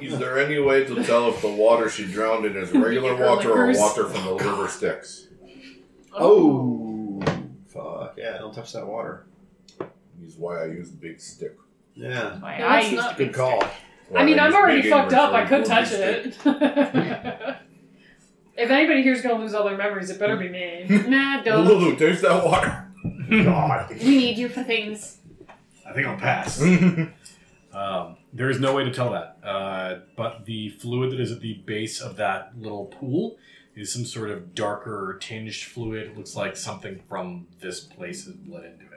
Is there any way to tell if the water she drowned in is regular Your water or liquors. water from the river Styx? Oh, fuck. Yeah, don't touch that water. Is why I use big stick. Yeah. My No, eye it's used not to Good be call. I mean, I'm use already big fucked English up. I for could big touch stick. it. if anybody here's gonna lose all their memories, it better be me. stick. Nah, don't. Lulu, taste that water. God. We need you for things. I think I'll pass. Mm, Um, there is no way to tell that. Uh, but the fluid that is at the base of that little pool is some sort of darker tinged fluid. It looks like something from this place has bled into it.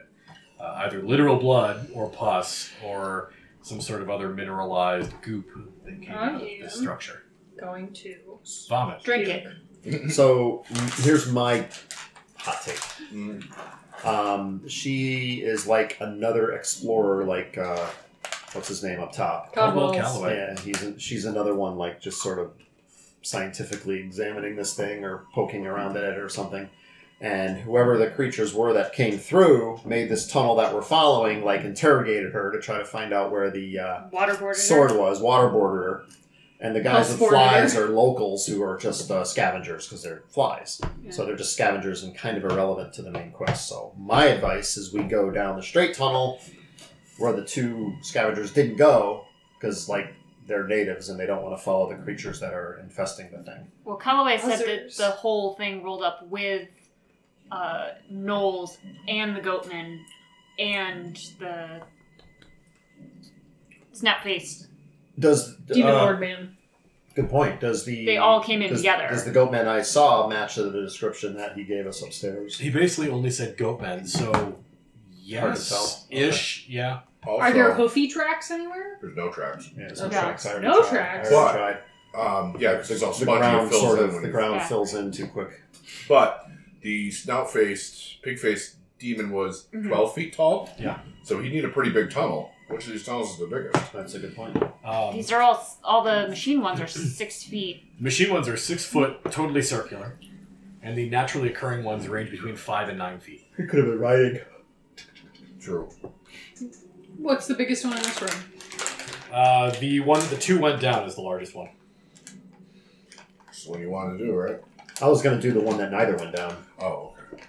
Uh, either literal blood or pus or some sort of other mineralized goop that came out of I am- this structure. Going to Vomit. Drink it. So mm, here's my hot take. Mm. Um, she is like another explorer, like uh, what's his name up top? Caldwell Caldwell's. Calloway. Yeah, he's she's another one, like just sort of scientifically examining this thing or poking around at it or something. And whoever the creatures were that came through made this tunnel that we're following, like interrogated her to try to find out where the uh, waterboarded. sword was waterboarder, and the guys with Houseboarder. flies are locals who are just uh, scavengers because they're flies so they're just scavengers and kind of irrelevant to the main quest so my advice is we go down the straight tunnel where the two scavengers didn't go because like they're natives and they don't want to follow the creatures that are infesting the thing Well, Calloway said that Buzzers. the whole thing rolled up with uh, Knowles and the Goatman and the Snapface does Demon uh, Lord Man. good point does the They all came in does, together. does the goatman i saw match the description that he gave us upstairs He basically only said goatmen, so Hard to tell. yes, ish, yeah. Also, Are there hoofy tracks anywhere? there's no tracks. yeah, Okay. tracks. I already No tried. I tracks. already But- tried. Um, yeah, because it's all the spongy. it ground fills sort in of when the you- ground Yeah. fills in too quick. But the snout faced, pig faced demon was Mm-hmm. Mhm. 12 feet tall. Yeah. So he'd need a pretty big tunnel. Which of these tunnels is the biggest? That's a good point. Um, These are all all the machine ones are six feet. Machine ones are six foot, totally circular, and the naturally occurring ones range between five and nine feet. He could have been riding. True. What's the biggest one in this room? Uh, the one, the two went down is the largest one. That's what you want to do, right? I was gonna do the one that neither went down. Oh, okay.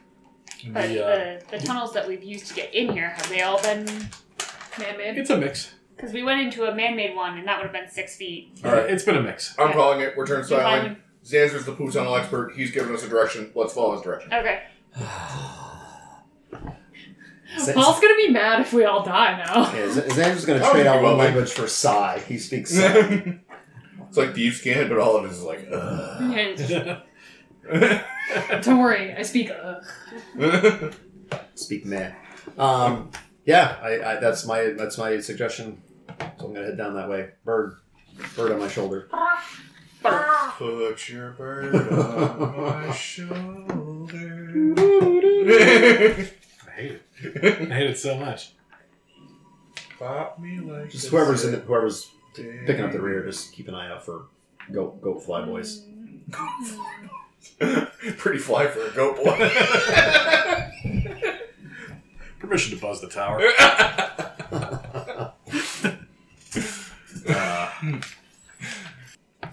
And But The, uh, the, the tunnels that we've used to get in here have they all been? Man-made. it's a mix. Because we went into a man-made one and that would have been six feet. All right. It's been a mix. I'm Okay. calling it. We're You find turnstiling. Xander's the poo tunnel expert. He's giving us a direction. Let's follow his direction. them- Okay. Z- Paul's gonna be mad if we all die now. yeah, Z- Xander's gonna That trade would out be one lovely. language for sigh. He speaks uh, sigh. it's like thieves can, but all of it is like. Ugh. Don't worry, I speak. Uh, speak man. Um, yeah, I, I, that's my that's my suggestion. So I'm gonna head down that way. Bird, bird on my shoulder. Put your bird on my shoulder. I hate it. I hate it so much. Pop me like Just a whoever's in the, whoever's sick picking up the rear, just keep an eye out for goat goat fly boys. dick. Pretty fly for a goat boy. Permission to buzz the tower.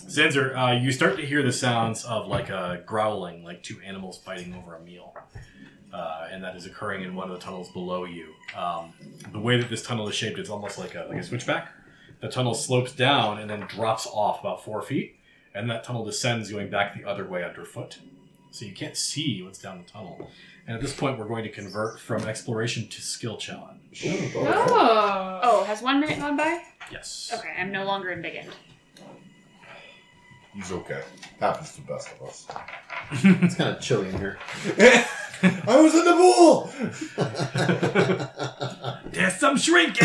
Zanzer, uh, you start to hear the sounds of like a growling, like two animals fighting over a meal, uh, and that is occurring in one of the tunnels below you. Um, the way that this tunnel is shaped, it's almost like a like a switchback. The tunnel slopes down and then drops off about four feet, and that tunnel descends going back the other way underfoot. So you can't see what's down the tunnel. And at this point, we're going to convert from exploration to skill challenge. oh. Oh, has one minute gone by? Yes. Okay, I'm no longer in Big End. He's okay. Happens to the best of us. It's kind of chilly in here. I was in the pool. There's some shrinkage.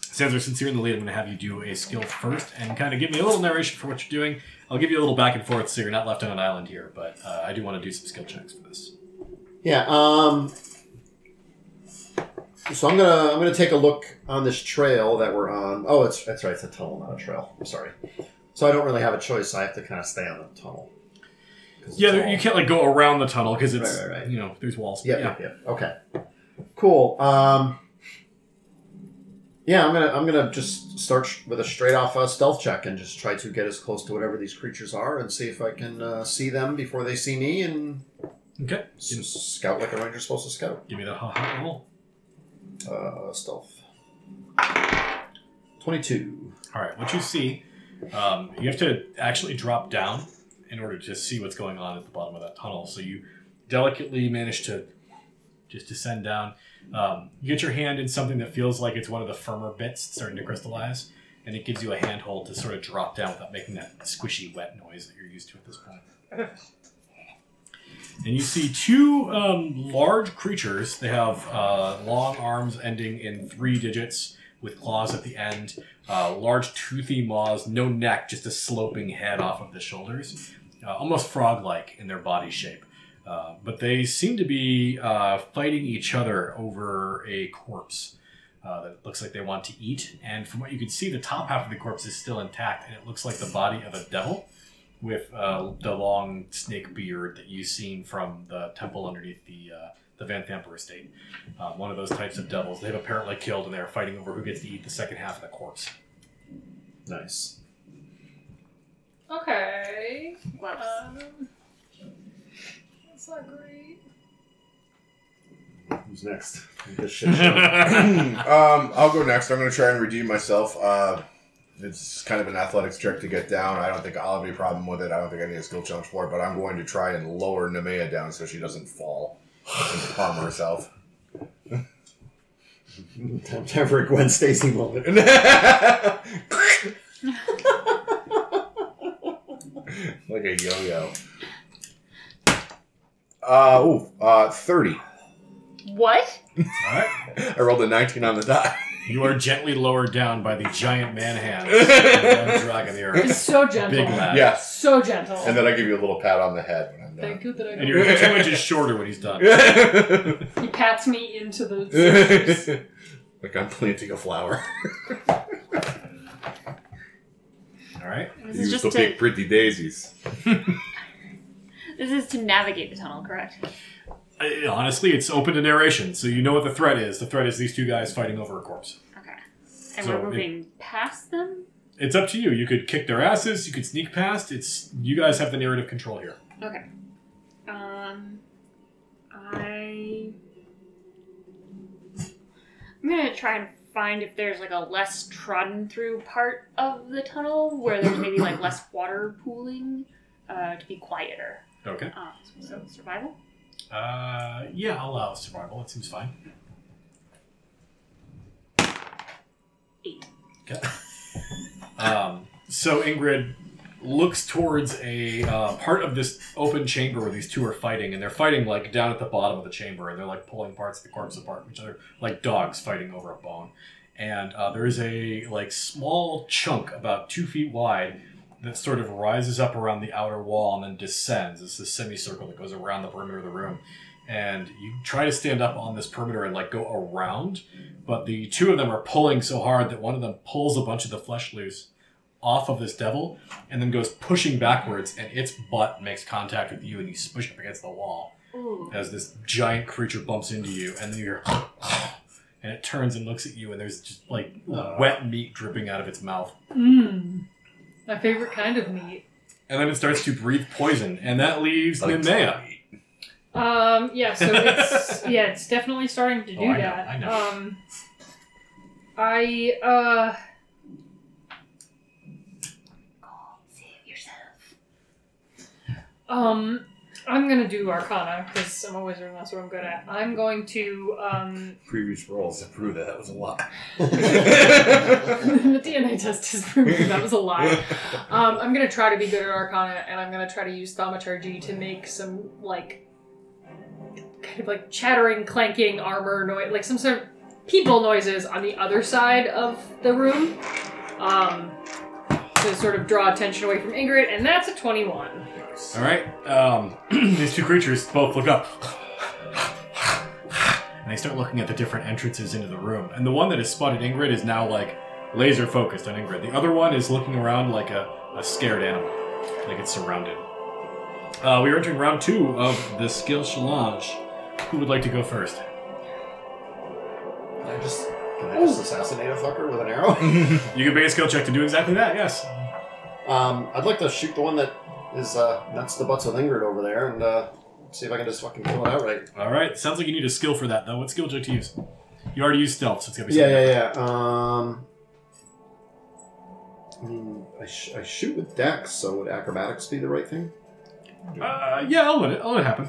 Sansa, since you're in the lead, I'm going to have you do a skill first and kind of give me a little narration for what you're doing. I'll give you a little back and forth so you're not left on an island here, but uh, I do want to do some skill checks for this. Yeah. Um. So I'm gonna I'm gonna take a look on this trail that we're on. Oh, it's that's right. It's a tunnel, not a trail. I'm sorry. So I don't really have a choice. I have to kind of stay on the tunnel. 'Cause it's Yeah, there- all- you can't like go around the tunnel because it's Right, right, right. you know there's walls. Yep, Yeah, yep, yep. Okay. Cool. Um. Yeah, I'm gonna I'm gonna just start sh- with a straight off uh, stealth check and just try to get as close to whatever these creatures are and see if I can uh, see them before they see me and Okay. s- scout like a ranger's supposed to scout. Give me the ha ha roll. Uh, stealth. Twenty-two. All right. What you see, um, you have to actually drop down in order to see what's going on at the bottom of that tunnel. So you delicately manage to just descend down. Um, you get your hand in something that feels like it's one of the firmer bits that's starting to crystallize, and it gives you a handhold to sort of drop down without making that squishy, wet noise that you're used to at this point. And you see two um, large creatures. They have uh, long arms ending in three digits with claws at the end uh, large toothy maws, no neck, just a sloping head off of the shoulders, uh, almost frog-like in their body shape. Uh, but they seem to be uh, fighting each other over a corpse uh, that looks like they want to eat. And from what you can see, the top half of the corpse is still intact, and it looks like the body of a devil with uh, the long snake beard that you've seen from the temple underneath the uh, the Van Thamper estate. Uh, one of those types of devils. They've apparently killed, and they're fighting over who gets to eat the second half of the corpse. Nice. Okay. Whoops. Uh, Um, that's not great. Who's next? This shit show. um, I'll go next. I'm going to try and redeem myself. Uh, it's kind of an athletics trick to get down. I don't think I'll have any problem with it. I don't think I need a skill challenge for it, but I'm going to try and lower Nemea down so she doesn't fall and harm herself. Time to have a Gwen Stacy moment. like a yo-yo. Uh, ooh, uh, 30. What? All right. I rolled a 19 on the die. You are gently lowered down by the giant man hands and dragging the It's earth. so gentle. Big lad. Yeah. So gentle. And then I give you a little pat on the head when I'm done. Thank you that I And you're two inches shorter when he's done. He pats me into the. like I'm planting a flower. All right. This is just to pretty daisies. this is to navigate the tunnel, correct? I- honestly, it's open to narration, so you know what the threat is. The threat is these two guys fighting over a corpse. Okay. And So it- we're moving past them. It's up to you. You could kick their asses. You could sneak past. It's you guys have the narrative control here. Okay. Um, I I'm gonna try and find if there's like a less trodden through part of the tunnel where there's maybe like less water pooling uh, to be quieter. Okay. Uh, so survival. Uh, yeah, I'll allow survival. It seems fine. Eight. Okay. Um, so Ingrid looks towards a uh, part of this open chamber where these two are fighting, and they're fighting like down at the bottom of the chamber, and they're like pulling parts of the corpse apart, which are like dogs fighting over a bone. And uh, there is a like small chunk about two feet wide that sort of rises up around the outer wall and then descends. It's this semicircle that goes around the perimeter of the room. And you try to stand up on this perimeter and like go around, but the two of them are pulling so hard that one of them pulls a bunch of the flesh loose off of this devil and then goes pushing backwards and its butt makes contact with you and you spush up against the wall Ooh. as this giant creature bumps into you and then you're and it turns and looks at you and there's just like wet meat dripping out of its mouth Mmm. My favorite kind of meat. and then it starts to breathe poison and that leaves Like- Nemea. Um. Yeah. So it's yeah. It's definitely starting to do Oh, I know, that. I know. Um. I uh. Save yourself. Um, I'm gonna do Arcana because I'm a wizard and that's what I'm good at. I'm going to um, Previous rolls to prove that that was a lot. the DNA test is proven that was a lie. Um, I'm gonna try to be good at Arcana and I'm gonna try to use Thaumaturgy to make some like kind of like chattering, clanking armor noise, like some sort of people noises on the other side of the room. Um. To sort of draw attention away from Ingrid, and that's a 21. All right. Um, these two creatures both look up. And they start looking at the different entrances into the room. And the one that has spotted Ingrid is now like laser focused on Ingrid. The other one is looking around like a, a scared animal, like it's surrounded. Uh, we are entering round two of the skill challenge. Who would like to go first? I just Can I just assassinate a fucker with an arrow? You can make a skill check to do exactly that. Yes. Um, I'd like to shoot the one that is uh, nuts the butts of Lingard over there and uh, see if I can just fucking kill it outright. All right. Sounds like you need a skill for that though. What skill check to use? You already used stealth, so it's gonna be Yeah, something different. yeah, yeah. Um, I mean, I, sh- I shoot with Dex, so would acrobatics be the right thing? Uh, yeah, I'll let it. I'll let it happen.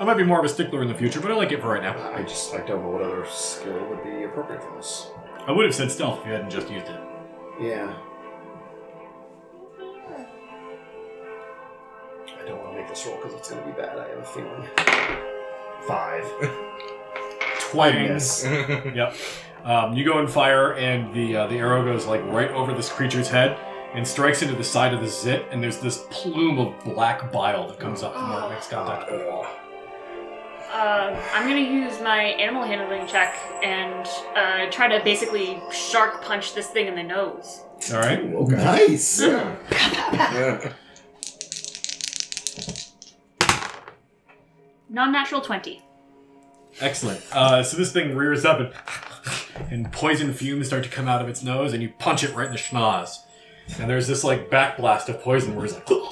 I might be more of a stickler in the future, but I like it for right now. I just I don't know what other skill would be appropriate for this. I would have said stealth if you hadn't just used it. Yeah. I don't want to make this roll because it's going to be bad. I have a feeling. Five. Twangs. yep. Um, you go and fire, and the uh, the arrow goes like right over this creature's head and strikes into the side of the zit, and there's this plume of black bile that comes up from where it makes contact with the wall. Uh, I'm gonna use my animal handling check and uh, try to basically shark punch this thing in the nose. All right. Nice. Yeah. Yeah. Non-natural twenty. Excellent. Uh, so this thing rears up and and poison fumes start to come out of its nose, and you punch it right in the schnoz. And there's this like backblast of poison where he's like, and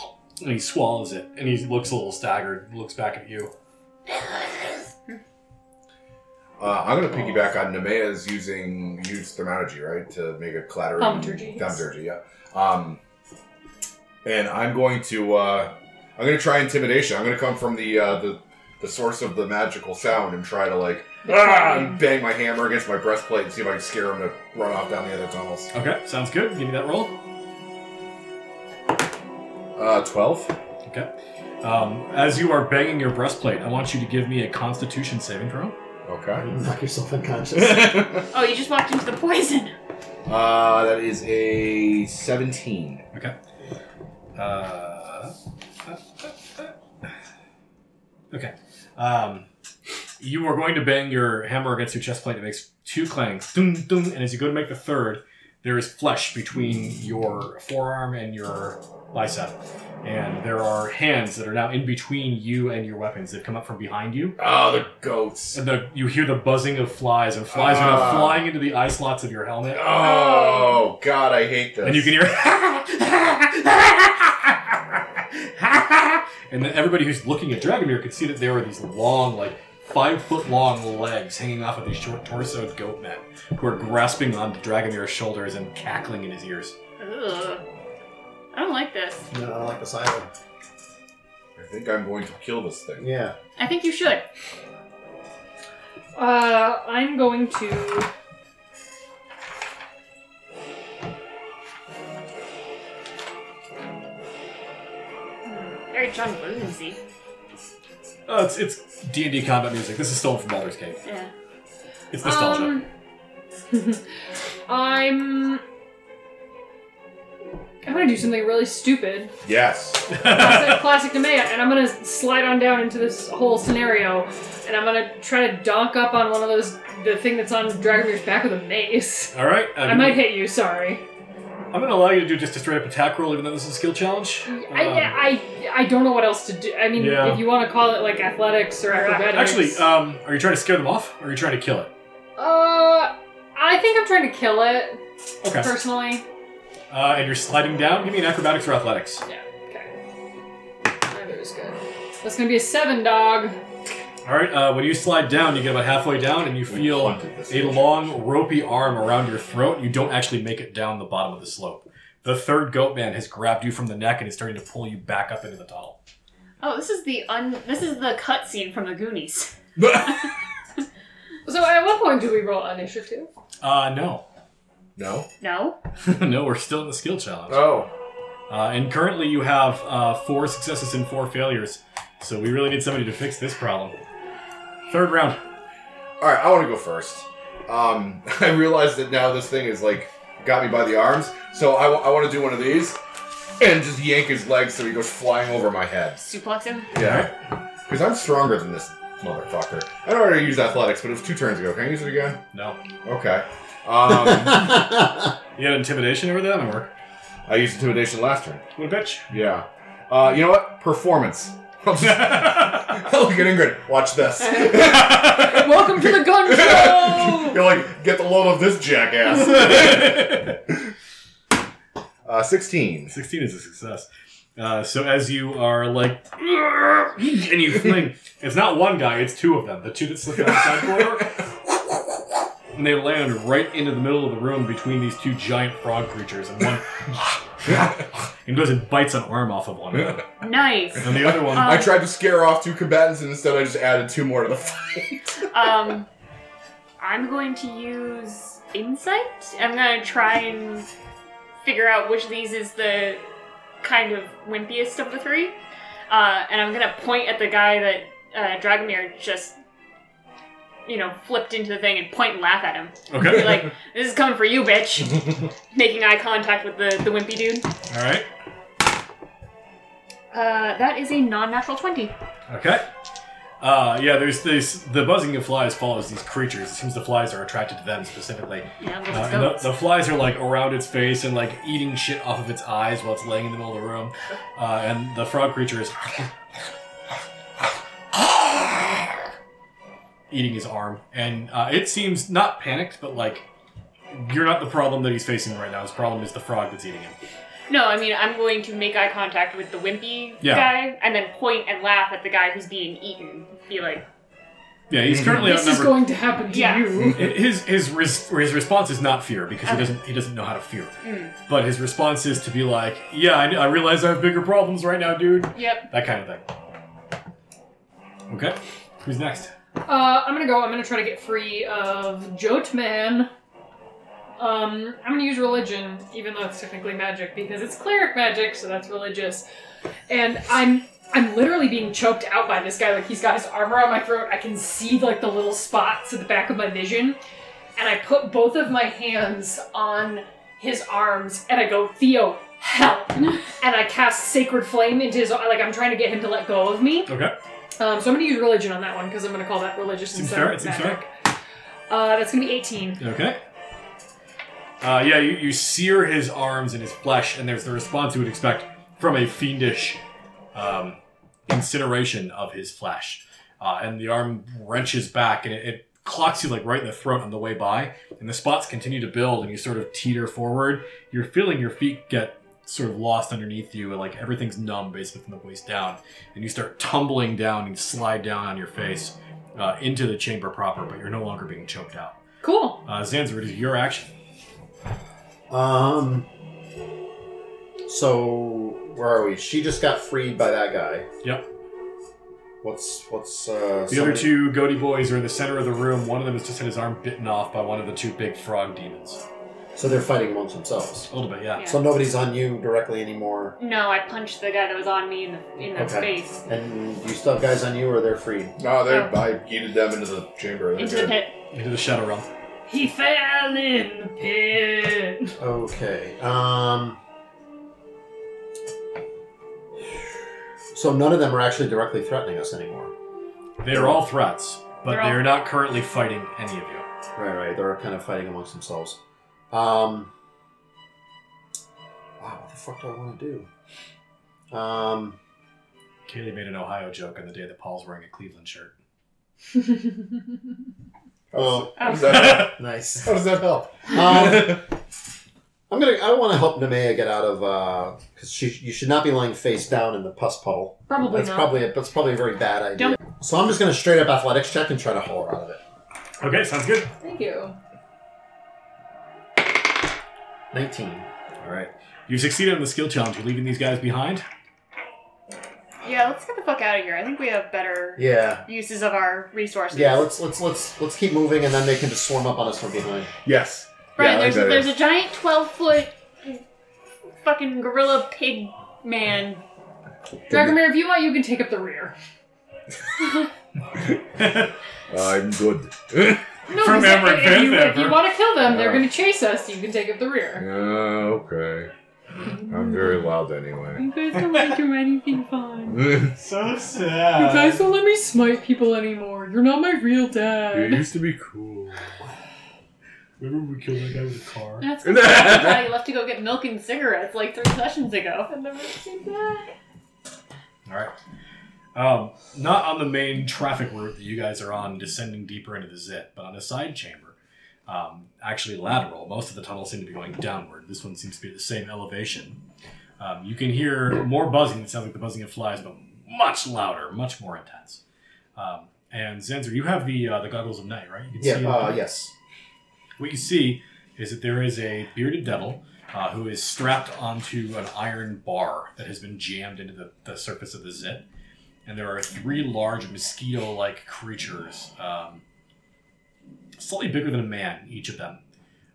he swallows it, and he looks a little staggered, looks back at you. Uh, I'm gonna piggyback on Nemea's using used thermology, right, to make a clattering Thaumaturgy, yes. Thaumaturgy, yeah. Um, and I'm going to uh, I'm gonna try intimidation. I'm gonna come from the uh, the the source of the magical sound and try to like ah, and bang my hammer against my breastplate and see if I can scare him to run off down the other tunnels. Okay, sounds good. Give me that roll. Uh, Twelve. Okay. Um, as you are banging your breastplate, I want you to give me a Constitution saving throw. Okay. Knock yourself unconscious. uh, Oh, you just walked into the poison. that is a seventeen. Okay. Uh, okay. Um, you are going to bang your hammer against your chest plate. It makes two clangs. Dum, dum, and as you go to make the third, there is flesh between your forearm and your bicep. And there are hands that are now in between you and your weapons. They've come up from behind you. Oh, the goats. And the, you hear the buzzing of flies, and flies are now Ah. flying into the eye slots of your helmet. Oh God, I hate this. And you can hear. and then everybody who's looking at Dragomir could see that there were these long, like five foot long legs hanging off of these short torsoed goat men who are grasping onto Dragomir's shoulders and cackling in his ears. Ugh. I don't like this. no, I don't like the silent. I think I'm going to kill this thing. Yeah. I think you should. Uh, I'm going to. Very John Williamsy. Oh, it's it's D and D combat music. This is stolen from Baldur's Gate. Yeah. It's nostalgia. Um, I'm. I'm gonna do something really stupid. Yes. Classic, classic Nemea, and I'm gonna slide on down into this whole scenario, and I'm gonna try to donk up on one of those the thing that's on Dragomir's back with a mace. All right, I'm, I might hit you. Sorry. I'm going to allow you to do just a straight up attack roll, even though this is a skill challenge. Um, I, I I don't know what else to do. I mean, Yeah. if you want to call it like athletics or acrobatics, Actually, um, are you trying to scare them off, or are you trying to kill it? uh, I think I'm trying to kill it Okay. personally. Uh, and you're sliding down. Give me an acrobatics or athletics. Yeah. Okay. Neither is good. That's gonna be a seven, dog. All right. Uh, when you slide down, you get about halfway down, and you feel a long, ropey arm around your throat. You don't actually make it down the bottom of the slope. The third goat man has grabbed you from the neck and is starting to pull you back up into the tunnel. Oh, this is the un. This is the cutscene from the Goonies. So at what point do we roll initiative? Uh, no, no. No. no, we're still in the skill challenge. Oh. Uh, and currently, you have uh, four successes and four failures. So we really need somebody to fix this problem. Third round. All right. I want to go first. Um, I realize that now this thing is like got me by the arms, so I want to do one of these and just yank his legs so he goes flying over my head. Suplex him. Yeah. Because I'm stronger than this motherfucker. I don't already use athletics, but it was two turns ago. Can I use it again? No. Okay. Um, You had intimidation over that? That work. I used intimidation last turn. What a bitch. Yeah. Uh, you know what? Performance. Look at Ingrid. Watch this. Welcome to the gun show. You're like, get the load of this jackass. Uh, 16. 16 is a success. Uh, so as you are like, and you fling, it's not one guy, it's two of them. The two that slipped out the side corridor. And they land right into the middle of the room between these two giant frog creatures, and one and goes and bites an arm off of one of them, Nice. and the other one. Um, I tried to scare off two combatants, and instead I just added two more to the fight. Um, I'm going to use insight. I'm gonna try and figure out which of these is the kind of wimpiest of the three. Uh, and I'm gonna point at the guy that uh, Dragomir just, you know, flipped into the thing and point and laugh at him. Be okay, like, "This is coming for you, bitch!" Making eye contact with the the wimpy dude. all right, Uh, that is a non-natural twenty. okay. Uh, yeah, there's this. The buzzing of flies follows these creatures. It seems the flies are attracted to them specifically. Yeah, I'm Uh, gonna and go. the, the flies are like around its face and like eating shit off of its eyes while it's laying in the middle of the room. Uh, and the frog creature is eating his arm. And uh, it seems not panicked, but like you're not the problem that he's facing right now. His problem is the frog that's eating him. No, I mean I'm going to make eye contact with the wimpy Yeah. guy and then point and laugh at the guy who's being eaten. Be like, Yeah, he's currently This is outnumbered. going to happen to Yeah. you. His his res- his response is not fear because he Okay. doesn't he doesn't know how to fear, Mm. but his response is to be like, yeah, I, I realize I have bigger problems right now, dude. "Yep, That kind of thing. Okay. Who's next? Uh, I'm gonna go. I'm gonna try to get free of Jotman. Um, I'm gonna use religion, even though it's technically magic, because it's cleric magic, so that's religious. And I'm I'm literally being choked out by this guy. Like he's got his armor on my throat. I can see like the little spots at the back of my vision, and I put both of my hands on his arms, and I go, Theo, help! and I cast sacred flame into his. Like I'm trying to get him to let go of me. Okay. Um, so I'm going to use religion on that one because I'm going to call that religious Seems instead fair, of it seems magic. Uh, that's going to be 18. Okay. Uh, yeah, you, you sear his arms and his flesh, and there's the response you would expect from a fiendish um, incineration of his flesh. Uh, and the arm wrenches back, and it, it clocks you like right in the throat on the way by, and the spots continue to build, and you sort of teeter forward. You're feeling your feet get sort of lost underneath you, and like everything's numb basically from the waist down, and you start tumbling down and slide down on your face uh, into the chamber proper, but you're no longer being choked out. Cool. Uh, Zanzer, it is your action. Um. So where are we? She just got freed by that guy. Yep. What's what's uh? The other two goatee boys are in the center of the room. One of them has just had his arm bitten off by one of the two big frog demons. So they're fighting amongst themselves. A little bit, yeah. Yeah. So nobody's on you directly anymore, no." I punched the guy that was on me in the in the Okay. face and you still have guys on you, or they're freed. No, they, Oh. I yeeted them into the chamber. They're into the good. pit. Into the shadow realm. He fell in the pit. Okay. Um. So none of them are actually directly threatening us anymore. They are all threats, but They're they're all- not currently fighting any of you. Right, right. They're kind of fighting amongst themselves. Um, wow, what the fuck do I want to do? Um, Kaylee made an Ohio joke on the day that Paul's wearing a Cleveland shirt. oh, How does that help? nice. How does that help? Um, I'm gonna. I want to help Nemea get out of because she. You should not be lying face down in the pus puddle. Probably that's not. probably a, that's probably a very bad idea. So I'm just gonna straight up athletics check and try to haul her out of it. okay, sounds good. Thank you. Nineteen. All right. You've succeeded on the skill challenge. You're leaving these guys behind. Yeah, let's get the fuck out of here. I think we have better Yeah. uses of our resources. Yeah. Let's let's let's let's keep moving and then they can just swarm up on us from behind. Yes. Brian, Yeah, I like there's that there's idea. a giant twelve foot fucking gorilla pig man. Dragomir, if you want, you can take up the rear. Uh, I'm good. No, From he's like, Everett if, you, if Vancouver. you want to kill them, they're Yeah. going to chase us. You can take up the rear. Uh, okay. I'm very loud anyway. You guys don't want to do anything fun. so You guys sad. don't let me smite people anymore. You're not my real it dad. used to be cool. Remember we killed that guy with a car? That's because I left to go get milk and cigarettes like three sessions ago. All right. Um, not on the main traffic route that you guys are on, descending deeper into the zit, but on a side chamber, um, actually lateral. Most of the tunnels seem to be going downward. This one seems to be at the same elevation. Um, you can hear more buzzing. It sounds like the buzzing of flies, but much louder, much more intense. Um, and Zenzer, you have the uh, the goggles of night, right? You can Yeah. see Uh, yes. what you see is that there is a bearded devil uh, who is strapped onto an iron bar that has been jammed into the, the surface of the zit. And there are three large mosquito like creatures, um, slightly bigger than a man, each of them.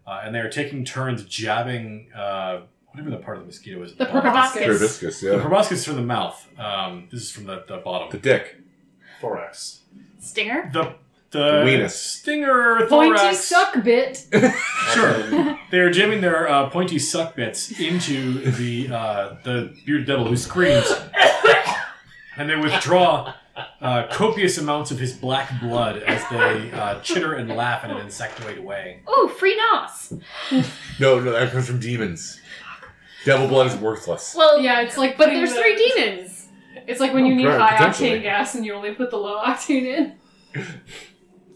Uh, and they are taking turns jabbing uh, whatever the part of the mosquito is. at The bottom. proboscis. Proboscis, The yeah. proboscis is from the mouth. Um, this is from the, the bottom. The dick. Thorax. Stinger? the, the Weenus. stinger, thorax. Pointy suck bit. Sure. they are jamming their uh, pointy suck bits into the uh, the bearded devil who screams, and they withdraw uh, copious amounts of his black blood as they uh, chitter and laugh in an insectoid way. Ooh, free nos! No, no, that comes from demons. Devil blood is worthless. Well, Yeah, it's like but putting there's the- three demons. It's like when you need Right, high potentially. octane gas and you only put the low octane in.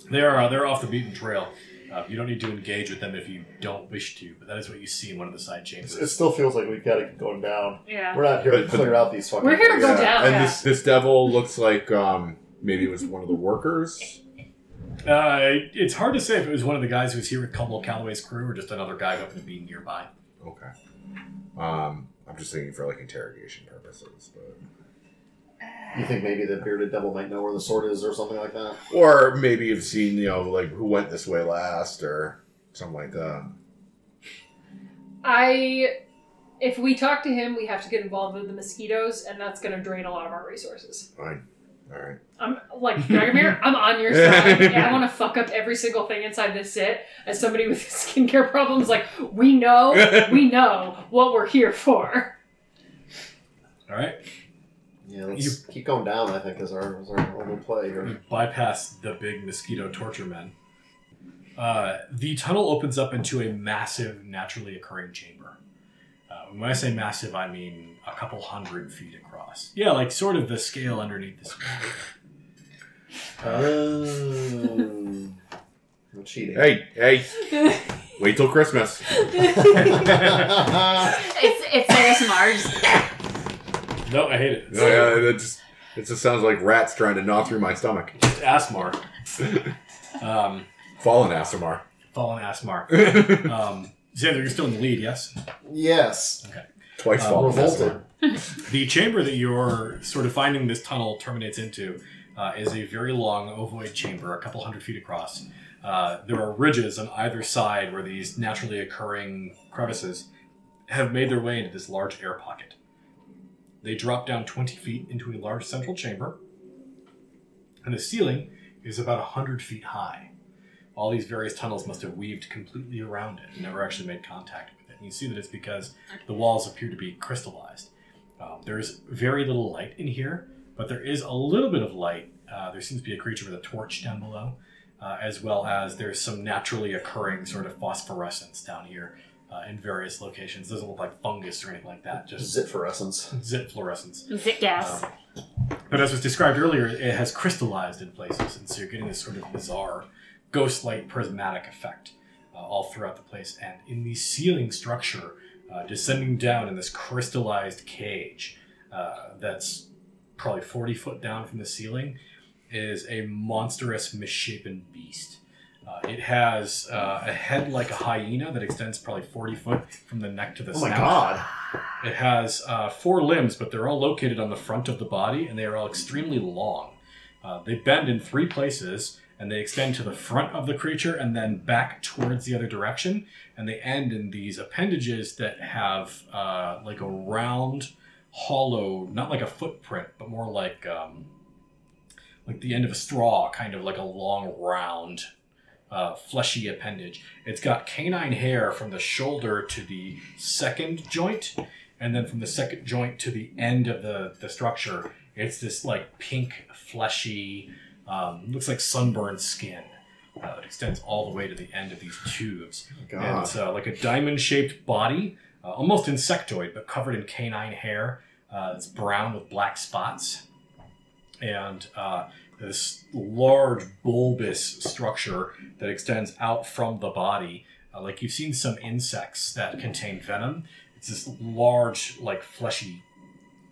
They are uh, they're off the beaten trail. Uh, you don't need to engage with them if you don't wish to, but that is what you see in one of the side chambers. It still feels like we've got to keep going down. Yeah. We're not here to But- but- clear out these fucking. We're here to go places. down. And yeah. this this devil looks like um, maybe it was one of the workers. Uh, it- it's hard to say if it was one of the guys who was here with Cumble Calloway's crew or just another guy who happened to be nearby. Okay. Um, I'm just thinking for like interrogation purposes, but You think maybe the bearded devil might know where the sword is or something like that? or maybe you've seen you know like who went this way last or something like that. I. If we talk to him, we have to get involved with the mosquitoes, and that's going to drain a lot of our resources. Fine. All right. I'm like Dragomir. I'm on your side. Yeah, I want to fuck up every single thing inside this sit. As somebody with skincare problems, like we know, we know what we're here for. All right. Yeah, let's keep going down. I think is our is our little play We here. bypass the big mosquito torture men. Uh, the tunnel opens up into a massive, naturally occurring chamber. Uh, and when I say massive, I mean a couple hundred feet across. Yeah, like sort of the scale underneath this. Uh. Oh, no cheating. Hey, hey, wait till Christmas. It's, it's ASMRs. no, I hate it. It's No, yeah, that just it just sounds like rats trying to gnaw through my stomach. just Asmar. Um, Fallen Asimar. fallen Asmar. Um, Xander, you're still in the lead, yes? yes. Twice Uh, fallen. Revolted. Asimar. The chamber that you're sort of finding this tunnel terminates into uh, is a very long ovoid chamber, a couple hundred feet across. Uh, there are ridges on either side where these naturally occurring crevices have made their way into this large air pocket. They drop down 20 feet into a large central chamber, and the ceiling is about 100 feet high. All these various tunnels must have weaved completely around it and never actually made contact with it. And you see that it's because the walls appear to be crystallized. Um, there's very little light in here, but there is a little bit of light. Uh, there seems to be a creature with a torch down below, uh, as well as there's some naturally occurring sort of phosphorescence down here uh, in various locations. doesn't look like fungus or anything like that, just Zit for essence. zit fluorescence. Zit gas. Um, but as was described earlier, it has crystallized in places, and so you're getting this sort of bizarre ghost light prismatic effect uh, all throughout the place. And in the ceiling structure, uh, descending down in this crystallized cage uh, that's probably 40 foot down from the ceiling, is a monstrous, misshapen beast. Uh, it has uh, a head like a hyena that extends probably 40 foot from the neck to the Oh my snout. god. It has uh, four limbs, but they're all located on the front of the body, and they are all extremely long. Uh, they bend in three places, and they extend to the front of the creature and then back towards the other direction, and they end in these appendages that have uh, like a round, hollow, not like a footprint, but more like um, like the end of a straw, kind of like a long, round, uh, fleshy appendage. It's got canine hair from the shoulder to the second joint and then from the second joint to the end of the, the structure, it's this like pink, fleshy, um, looks like sunburned skin. Uh, it extends all the way to the end of these tubes. And God. it's uh, like a diamond shaped body, uh, almost insectoid, but covered in canine hair. Uh, it's brown with black spots. and uh, this large bulbous structure that extends out from the body. Uh, like you've seen some insects that contain venom. It's this large, like fleshy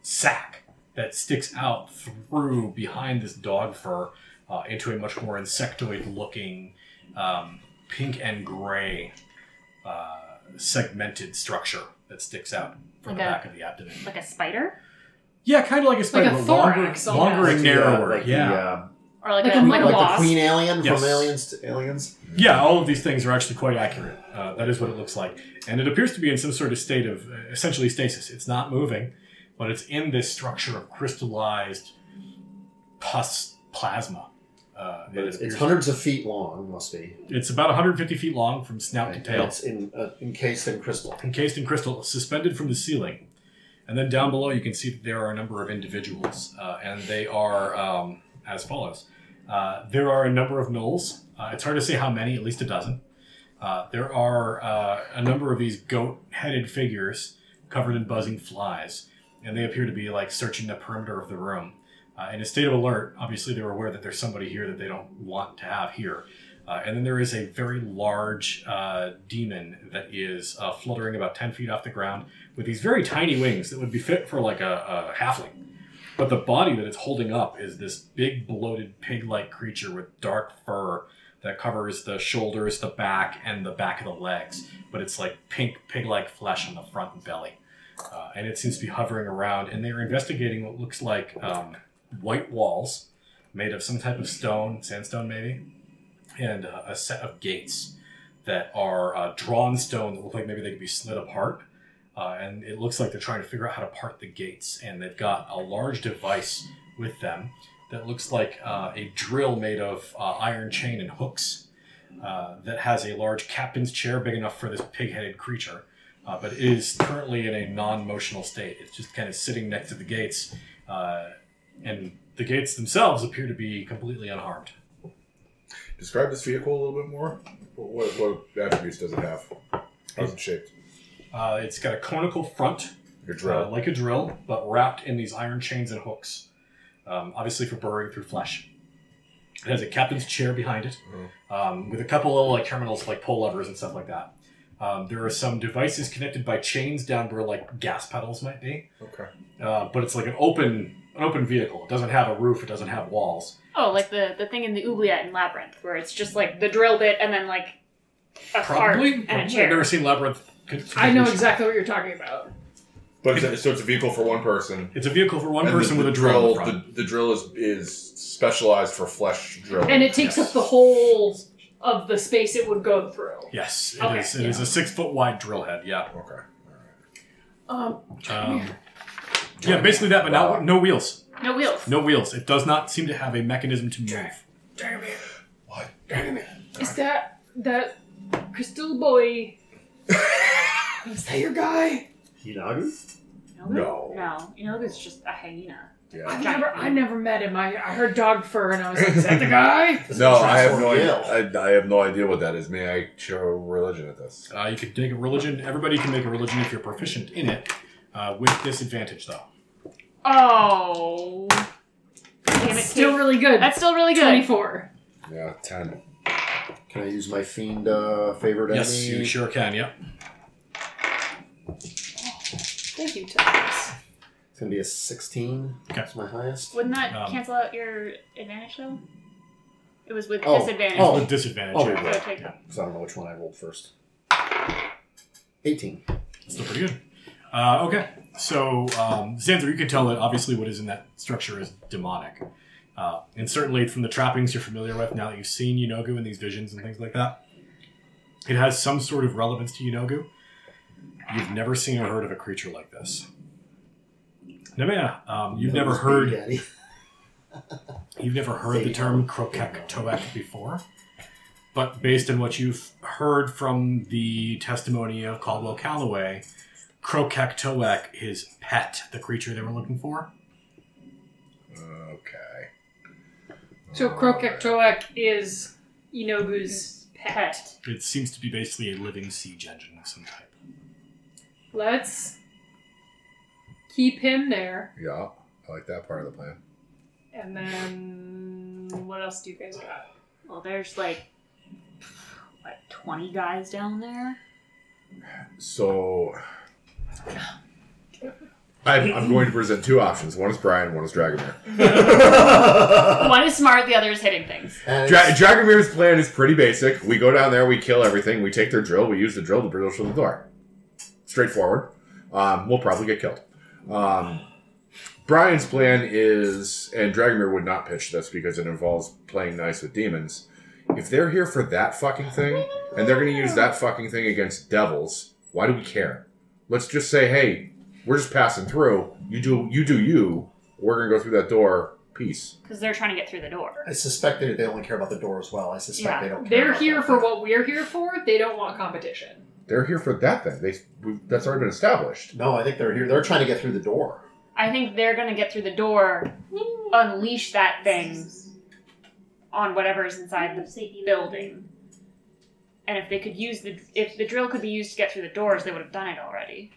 sack that sticks out through behind this dog fur uh, into a much more insectoid-looking um, pink and gray uh, segmented structure that sticks out from the Okay. back of the abdomen. Like a spider? Yeah, kind of like a spider, a but longer, thorax almost. longer and the, uh, narrower. like yeah, The, uh, Or like, Like a, a- like a like like wasp? the queen alien Yes. from Aliens to Aliens. yeah. All of these things are actually quite accurate. Uh, that is what it looks like, and it appears to be in some sort of state of uh, essentially stasis. It's not moving, but it's in this structure of crystallized pus plasma. Uh, that But it's, appears- it's hundreds of feet long, must be. it's about 150 feet long from snout to And tail. It's in, uh, encased in crystal. encased in crystal, suspended from the ceiling. And then down below, you can see that there are a number of individuals, uh, and they are um, as follows. Uh, there are a number of gnolls. Uh, it's hard to say how many, at least a dozen. Uh, there are uh, a number of these goat headed figures covered in buzzing flies, and they appear to be like searching the perimeter of the room. Uh, in a state of alert, obviously, they're aware that there's somebody here that they don't want to have here. Uh, and then there is a very large uh, demon that is uh, fluttering about 10 feet off the ground with these very tiny wings that would be fit for like a, a halfling. But the body that it's holding up is this big, bloated, pig like creature with dark fur that covers the shoulders, the back, and the back of the legs. But it's like pink, pig like flesh on the front and belly. Uh, and it seems to be hovering around, and they're investigating what looks like um, white walls made of some type of stone, sandstone maybe and uh, a set of gates that are uh, drawn stone that look like maybe they could be slid apart. Uh, and it looks like they're trying to figure out how to part the gates. And they've got a large device with them that looks like uh, a drill made of uh, iron chain and hooks uh, that has a large captain's chair big enough for this pig headed creature. Uh, but it is currently in a non motional state. It's just kind of sitting next to the gates. Uh, and the gates themselves appear to be completely unharmed. Describe this vehicle a little bit more. What, what attributes does it have? How's it shaped? Uh, it's got a conical front, Your drill. uh, like a drill, but wrapped in these iron chains and hooks, um, obviously for burrowing through flesh. It has a captain's chair behind it, Mm-hmm. um, with a couple little like terminals, like pull levers and stuff like that. Um, there are some devices connected by chains down where like gas pedals might be, okay. uh, but it's like an open an open vehicle. It doesn't have a roof. It doesn't have walls. Oh, like the, the thing in the oubliette in Labyrinth, where it's just like the drill bit and then like a Probably. cart and a probably. chair. I've never seen labyrinth. I know exactly what you're talking about. But it's, so it's a vehicle for one person. It's a vehicle for one And person the, with a the drill. in the front. The, the drill is is specialized for flesh drilling. And it takes Yes. up the whole of the space it would go through. yes, it is. Okay, It is a six foot wide drill head. Yeah. okay. Um, Um, yeah, basically that, but now no wheels. No wheels. No wheels. It does not seem to have a mechanism to move. What? is that that crystal boy? is that your guy? Hinagu? No. No. You know, there's just a hyena. Yeah. I've never, I never met him. I, I heard dog fur, and I was like, is that the guy? No, I have Transform no idea. Yale. I, I have no idea what that is. May I show religion at this? Uh, you could make a religion. Everybody can make a religion if you're proficient in it, uh, with disadvantage though. Oh. Damn it, Still Kate. really good. That's still really good. twenty-four. Yeah, ten. Can I use my fiend uh, favorite Yes, enemy? you sure can. Yep. Thank you, Thomas. It's going to be a 16. Okay. That's my highest. Wouldn't that Um, cancel out your advantage though? It was with Oh, disadvantage. oh. With disadvantage. Oh, yeah. So take- Because I don't know which one I rolled first. 18. Still pretty good. Uh, okay, so um, Xanther, you can tell that obviously what is in that structure is demonic, uh, and certainly from the trappings you're familiar with now that you've seen Yunogu in these visions and things like that, it has some sort of relevance to Yunogu. You've never seen or heard of a creature like this. Nemea, um, you've never Those heard big daddy. You've never heard the term Krokek-Toek before, but based on what you've heard from the testimony of Caldwell Calloway, Krokek-Toek, his pet, the creature they were looking for, Okay. Uh, So Krokektoek is Inogu's pet. Pet. it seems to be basically a living siege engine of some type. Let's keep him there Yeah, I like that part of the plan. And then what else do you guys got? Well, there's like what twenty guys down there. So I'm, I'm going to present two options. One is Brian, one is Dragomir. One is smart, the other is hitting things. And Dra- it's- Dragomir's plan is pretty basic. We go down there, we kill everything, we take their drill, we use the drill to bridge the door. Straightforward. Um, we'll probably get killed. Um, Brian's plan is, and Dragomir would not pitch this because it involves playing nice with demons. If they're here for that fucking thing, and they're going to use that fucking thing against devils, why do we care? Let's just say, hey, we're just passing through. You do, you do you. We're going to go through that door. Peace. Because they're trying to get through the door. I suspect they, they only care about the door as well. I suspect Yeah, they don't. Care They're about here that. for what we're here for. They don't want competition. They're here for that thing. They, we, that's already been established. No, I think they're here. They're trying to get through the door. I think they're gonna get through the door, unleash that thing on whatever is inside the building. And if they could use the if the drill could be used to get through the doors, they would have done it already.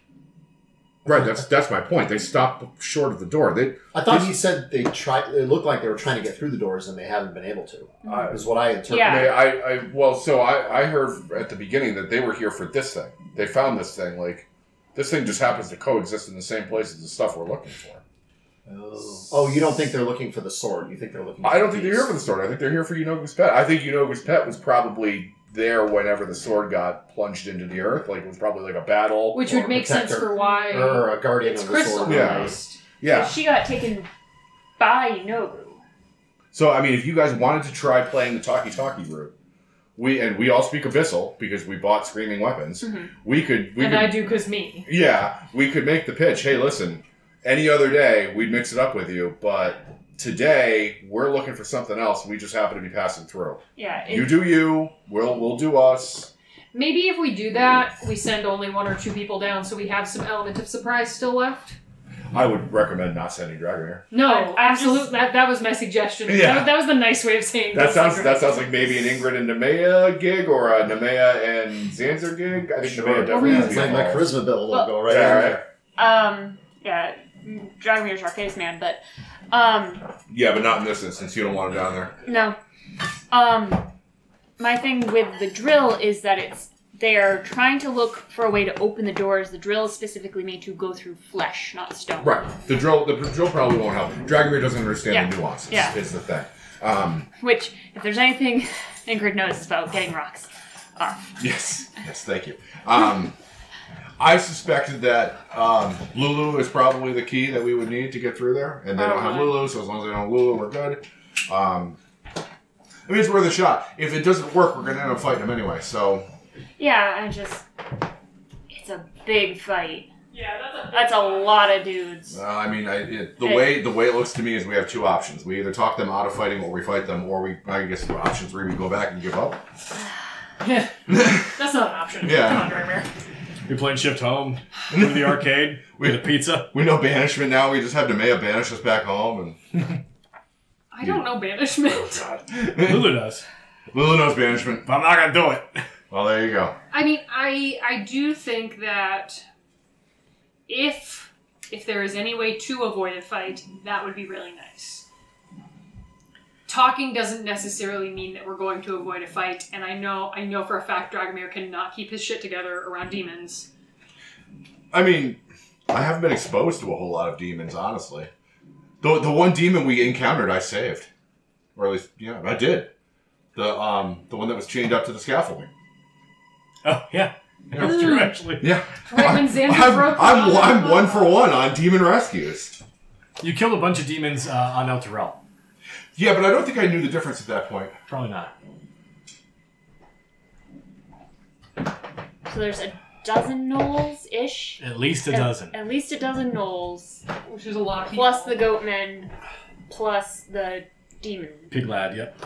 Right, that's that's my point. They stop short of the door. They I thought he said they tried. It looked like they were trying to get through the doors and they haven't been able to. uh, I, Is what I interpreted. Yeah. I, I, I well, so I, I heard at the beginning that they were here for this thing. They found this thing. Like this thing just happens to coexist in the same place as the stuff we're looking for. Oh. Oh, you don't think they're looking for the sword? You think they're looking? For I don't think they're these. here for the sword. I think they're here for Unogu's pet. I think Unogu's pet was probably there whenever the sword got plunged into the earth. Like it was probably like a battle. Which or- would make sense protector. for why or a guardian it's of the sword. crystallized. yeah. She got taken by Nobu. So I mean, if you guys wanted to try playing the talkie talkie route, we and we all speak abyssal because we bought screaming weapons. Mhm. We could we Mm-hmm. and could I do because me. Yeah, we could make the pitch. Hey, listen, any other day we'd mix it up with you, but today we're looking for something else. We just happen to be passing through. Yeah. You do you. We'll we'll do us. Maybe if we do that, we send only one or two people down, so we have some element of surprise still left. I would recommend not sending Dragomir. No, I'm- I'm absolutely. just- That that was my suggestion. Yeah. That, was- that was the nice way of saying That sounds Like, that sounds like maybe an Ingrid and Nemea gig or a Nemea and Zanzer gig. I think Sure. Nemea definitely Well, has to It's be like my involved. charisma build Well- logo right Yeah, there. right. Um. Yeah. Dragomir's our face man, but um. Yeah, but not in this instance. You don't want him down there. No. Um, my thing with the drill is that it's they are trying to look for a way to open the doors. The drill is specifically made to go through flesh, not stone. Right. The drill the drill probably won't help. Dragomir doesn't understand the nuances. Yeah. Is the thing. Um, Which, if there's anything Ingrid knows, is about getting rocks off. Yes. Yes, thank you. Um, I suspected that um, Lulu is probably the key that we would need to get through there, and they don't have Probably. Lulu, so as long as they don't have Lulu, we're good. Um, I mean, it's worth a shot. If it doesn't work, we're going to end up fighting them anyway. So, Yeah, I just. It's a big fight. Yeah, that's That's a lot of dudes. uh, I mean, I, it, the Hey. way the way it looks to me is we have two options: we either talk them out of fighting, or we fight them, or we I guess option three: we go back and give up. that's not an option. Yeah. Come on, Dragomir. We playing shift home, go to the arcade, we get a pizza. We know banishment now. We just have Nemea banish us back home, I don't know banishment. and Lulu does. Lulu knows banishment. But I'm not gonna do it. Well, there you go. I mean, I I do think that if if there is any way to avoid a fight, that would be really nice. Talking doesn't necessarily mean that we're going to avoid a fight, and I know I know for a fact Dragomir cannot keep his shit together around demons. I mean, I haven't been exposed to a whole lot of demons, honestly. The the one demon we encountered, I saved, or at least yeah, I did. The um the one that was chained up to the scaffolding. Oh yeah, that's true actually. Yeah, Right when Xander I'm, broke the- I'm, I'm one for one on demon rescues. You killed a bunch of demons uh, on El Terrell. Yeah, but I don't think I knew the difference at that point. Probably not. So there's a dozen gnolls ish. At least a dozen. At least a dozen gnolls. Which is a lot of people. Plus the goatmen. Plus the demon. Pig lad. Yep.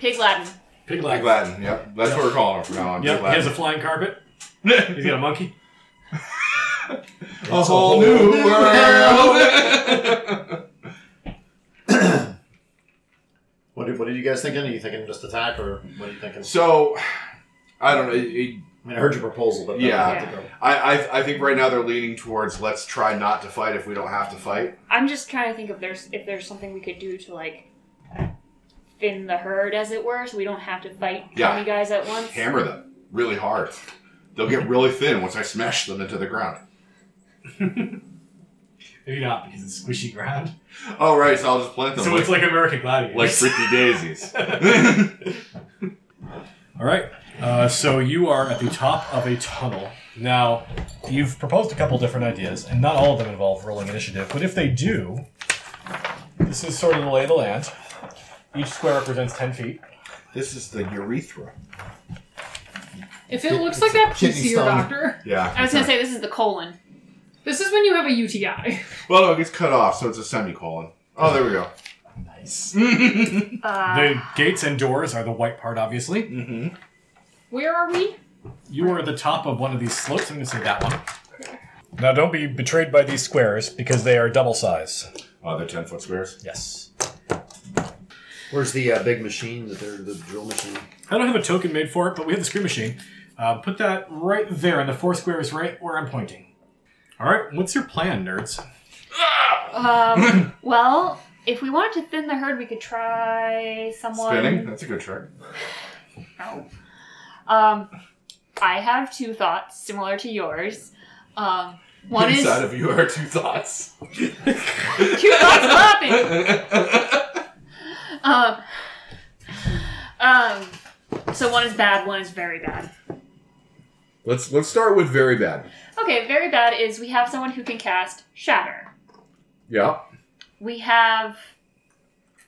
Pig Latin. Pig lad. Big Latin, yep, that's what we're calling him from now on. Big Yep. He has a Latin. flying carpet. He's got a monkey. a, whole new world. What, did, what are you guys thinking? Are you thinking just attack or what are you thinking? So, I don't know. it- it- I mean, I heard your proposal, but Yeah. I have to go. I, I I think right now they're leaning towards let's try not to fight if we don't have to fight. I'm just trying to think if there's if there's something we could do to like thin the herd, as it were, so we don't have to fight Yeah. twenty guys at once. Hammer them really hard. They'll get really thin once I smash them into the ground. Maybe not because it's squishy ground. All right, so I'll just plant them So like, it's like American like Gladiators. freaky daisies. All right. Uh, so you are at the top of a tunnel. Now, you've proposed a couple different ideas, and not all of them involve rolling initiative, but if they do, this is sort of the lay of the land. Each square represents 10 feet. this is the urethra. If it looks like that, please kidney see your stone. doctor. Yeah. I was gonna say this is the colon. This is when you have a UTI. Well, no, it gets cut off, so it's a semicolon. Oh, there we go. Nice. mm-hmm. The gates and doors are the white part, obviously. Where are we? You are at the top of one of these slopes. I'm going to say that one. Now, don't be betrayed by these squares because they are double size. Oh, they're 10 foot squares. Yes. Where's the uh, big machine that they're the drill machine? I don't have a token made for it, but we have the screw machine. Uh, put that right there, and the four squares right where I'm pointing. All right, what's your plan, nerds? Um, well, if we wanted to thin the herd, we could try someone. Spinning? That's a good trick. No. Um, I have two thoughts similar to yours. Um, one is Inside of you are two thoughts. two thoughts popping. Um, um, so one is bad, one is very bad. let's let's start with very bad. Okay, very bad is we have someone who can cast Shatter. Yeah. We have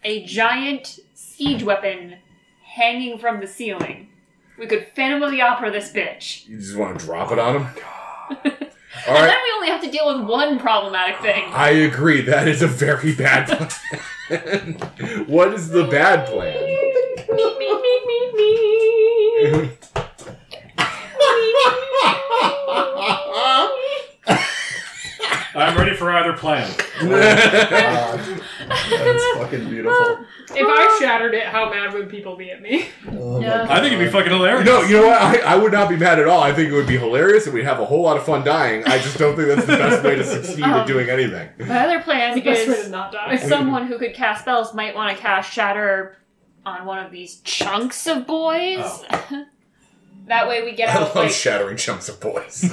a giant siege weapon hanging from the ceiling. We could Phantom of the Opera this bitch. You just want to drop it on him? All And right. then we only have to deal with one problematic thing. I agree. That is a very bad plan. what is the bad plan? me, me, me, me, me. I'm ready for either plan. God, that's fucking beautiful. If I shattered it, how mad would people be at me? Oh my Yeah. I think it'd be God. fucking hilarious. no, you know what? I, I would not be mad at all. I think it would be hilarious and we'd have a whole lot of fun dying. I just don't think that's the best way to succeed at Um, doing anything. My other That's plan the best way is to not die. someone who could cast spells might want to cast Shatter on one of these chunks of boys. that way we get I out love like shattering chunks of boys.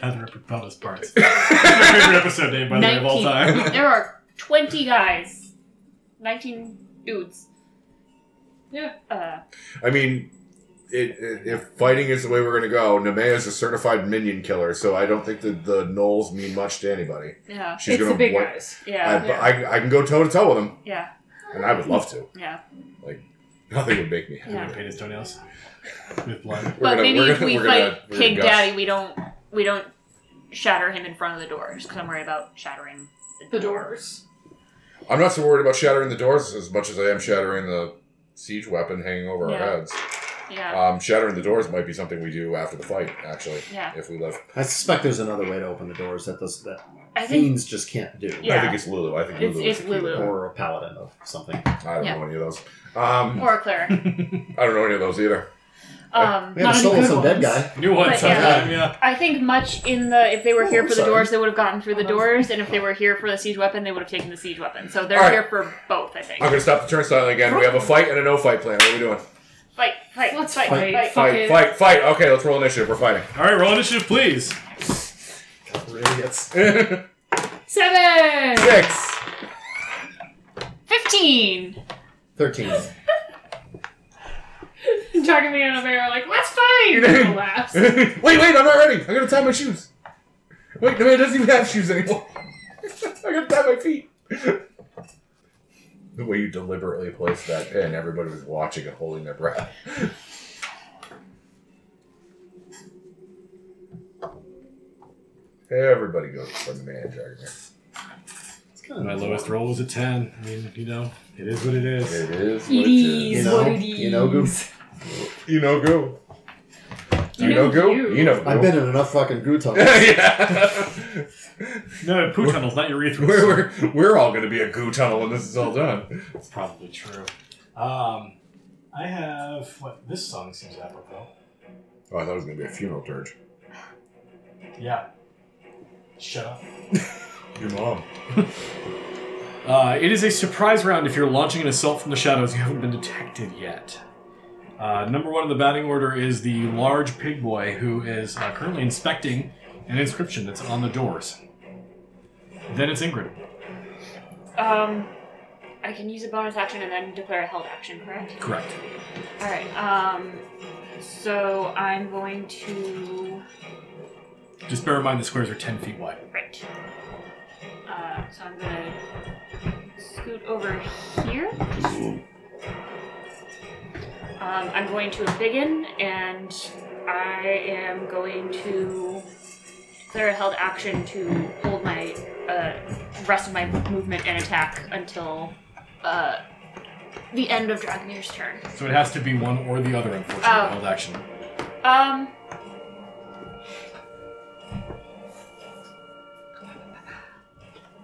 Gather up your bonus parts. That's my favorite episode name, by the way, of all time. there are twenty guys, nineteen dudes. Yeah. Uh, I mean, it, it, if fighting is the way we're going to go, Nemea is a certified minion killer, so I don't think that the gnolls mean much to anybody. yeah, She's it's gonna the big wipe- guys. yeah, I, I, I can go toe to toe with him, yeah, and I would love to. yeah. Nothing would make me happy. Yeah. He paint his toenails with blood. We're but gonna- maybe we're if gonna- we we're fight gonna- we're gonna King gush. Daddy, we don't we don't shatter him in front of the door. Just because I'm worried about shattering The doors. I'm not so worried about shattering the doors as much as I am shattering the siege weapon hanging over Yeah. our heads. Yeah, Um, shattering the doors might be something we do after the fight, actually, yeah. if we live. I suspect there's another way to open the doors that those that I think fiends just can't do. Yeah. I think it's Lulu. I think It's- Lulu. is it's the key. Lulu. Or a paladin of something. I don't Yeah. know any of those. Um, or a cleric. I don't know any of those either. Um, We had to Not any solo good some dead ones. guy. New one But, sometime, yeah. I think much in the if they were Oh, here I'm for the sorry. doors, they would have gotten through the doors, and if they were here for the siege weapon, they would have taken the siege weapon. So they're All right. here for both, I think. I'm going to stop the turnstile again. We have a fight and a no fight plan. What are we doing? Fight, fight, Let's fight, fight. fight, Fuck Fight, it. fight, fight. Okay, let's roll initiative. We're fighting. All right, roll initiative, please. God, we're idiots. Seven. Six. Fifteen. Thirteen. Talking me and Amara like, let's fight. And laughs. wait, wait, I'm not ready. I'm going to tie my shoes. Wait, no, man doesn't even have shoes anymore. I'm going to tie my feet. the way you deliberately placed that pin, everybody was watching and holding their breath. Everybody goes for the man Dragomir. It's kind My lowest roll was a 10. I mean, you know, it is what it is. It is what It it is. is know, what it is. you know, goof. You know, go. You You know, know go. you. You know, go. I've been in enough fucking goo tunnels. yeah. No, poo tunnels, not urethras. we're, we're, we're all going to be a goo tunnel when this is all done. That's probably true. Um, I have what this song seems apropos. Oh, I thought it was going to be a funeral dirge. Yeah. Shut up. Your mom. Uh, it is a surprise round if you're launching an assault from the shadows. You haven't been detected yet. Uh, number one in the batting order is the large pig boy who is uh, currently inspecting an inscription that's on the doors. Then it's Ingrid. Um, I can use a bonus action and then declare a held action, correct? Correct. Alright, um, so I'm going to. Just bear in mind the squares are 10 feet wide. Right. Uh, so I'm gonna scoot over here. Um, I'm going to a big in, and I am going to declare a held action to hold my uh, rest of my movement and attack until uh, the end of Dragonear's turn. So it has to be one or the other, unfortunately. Oh. Held action. Um.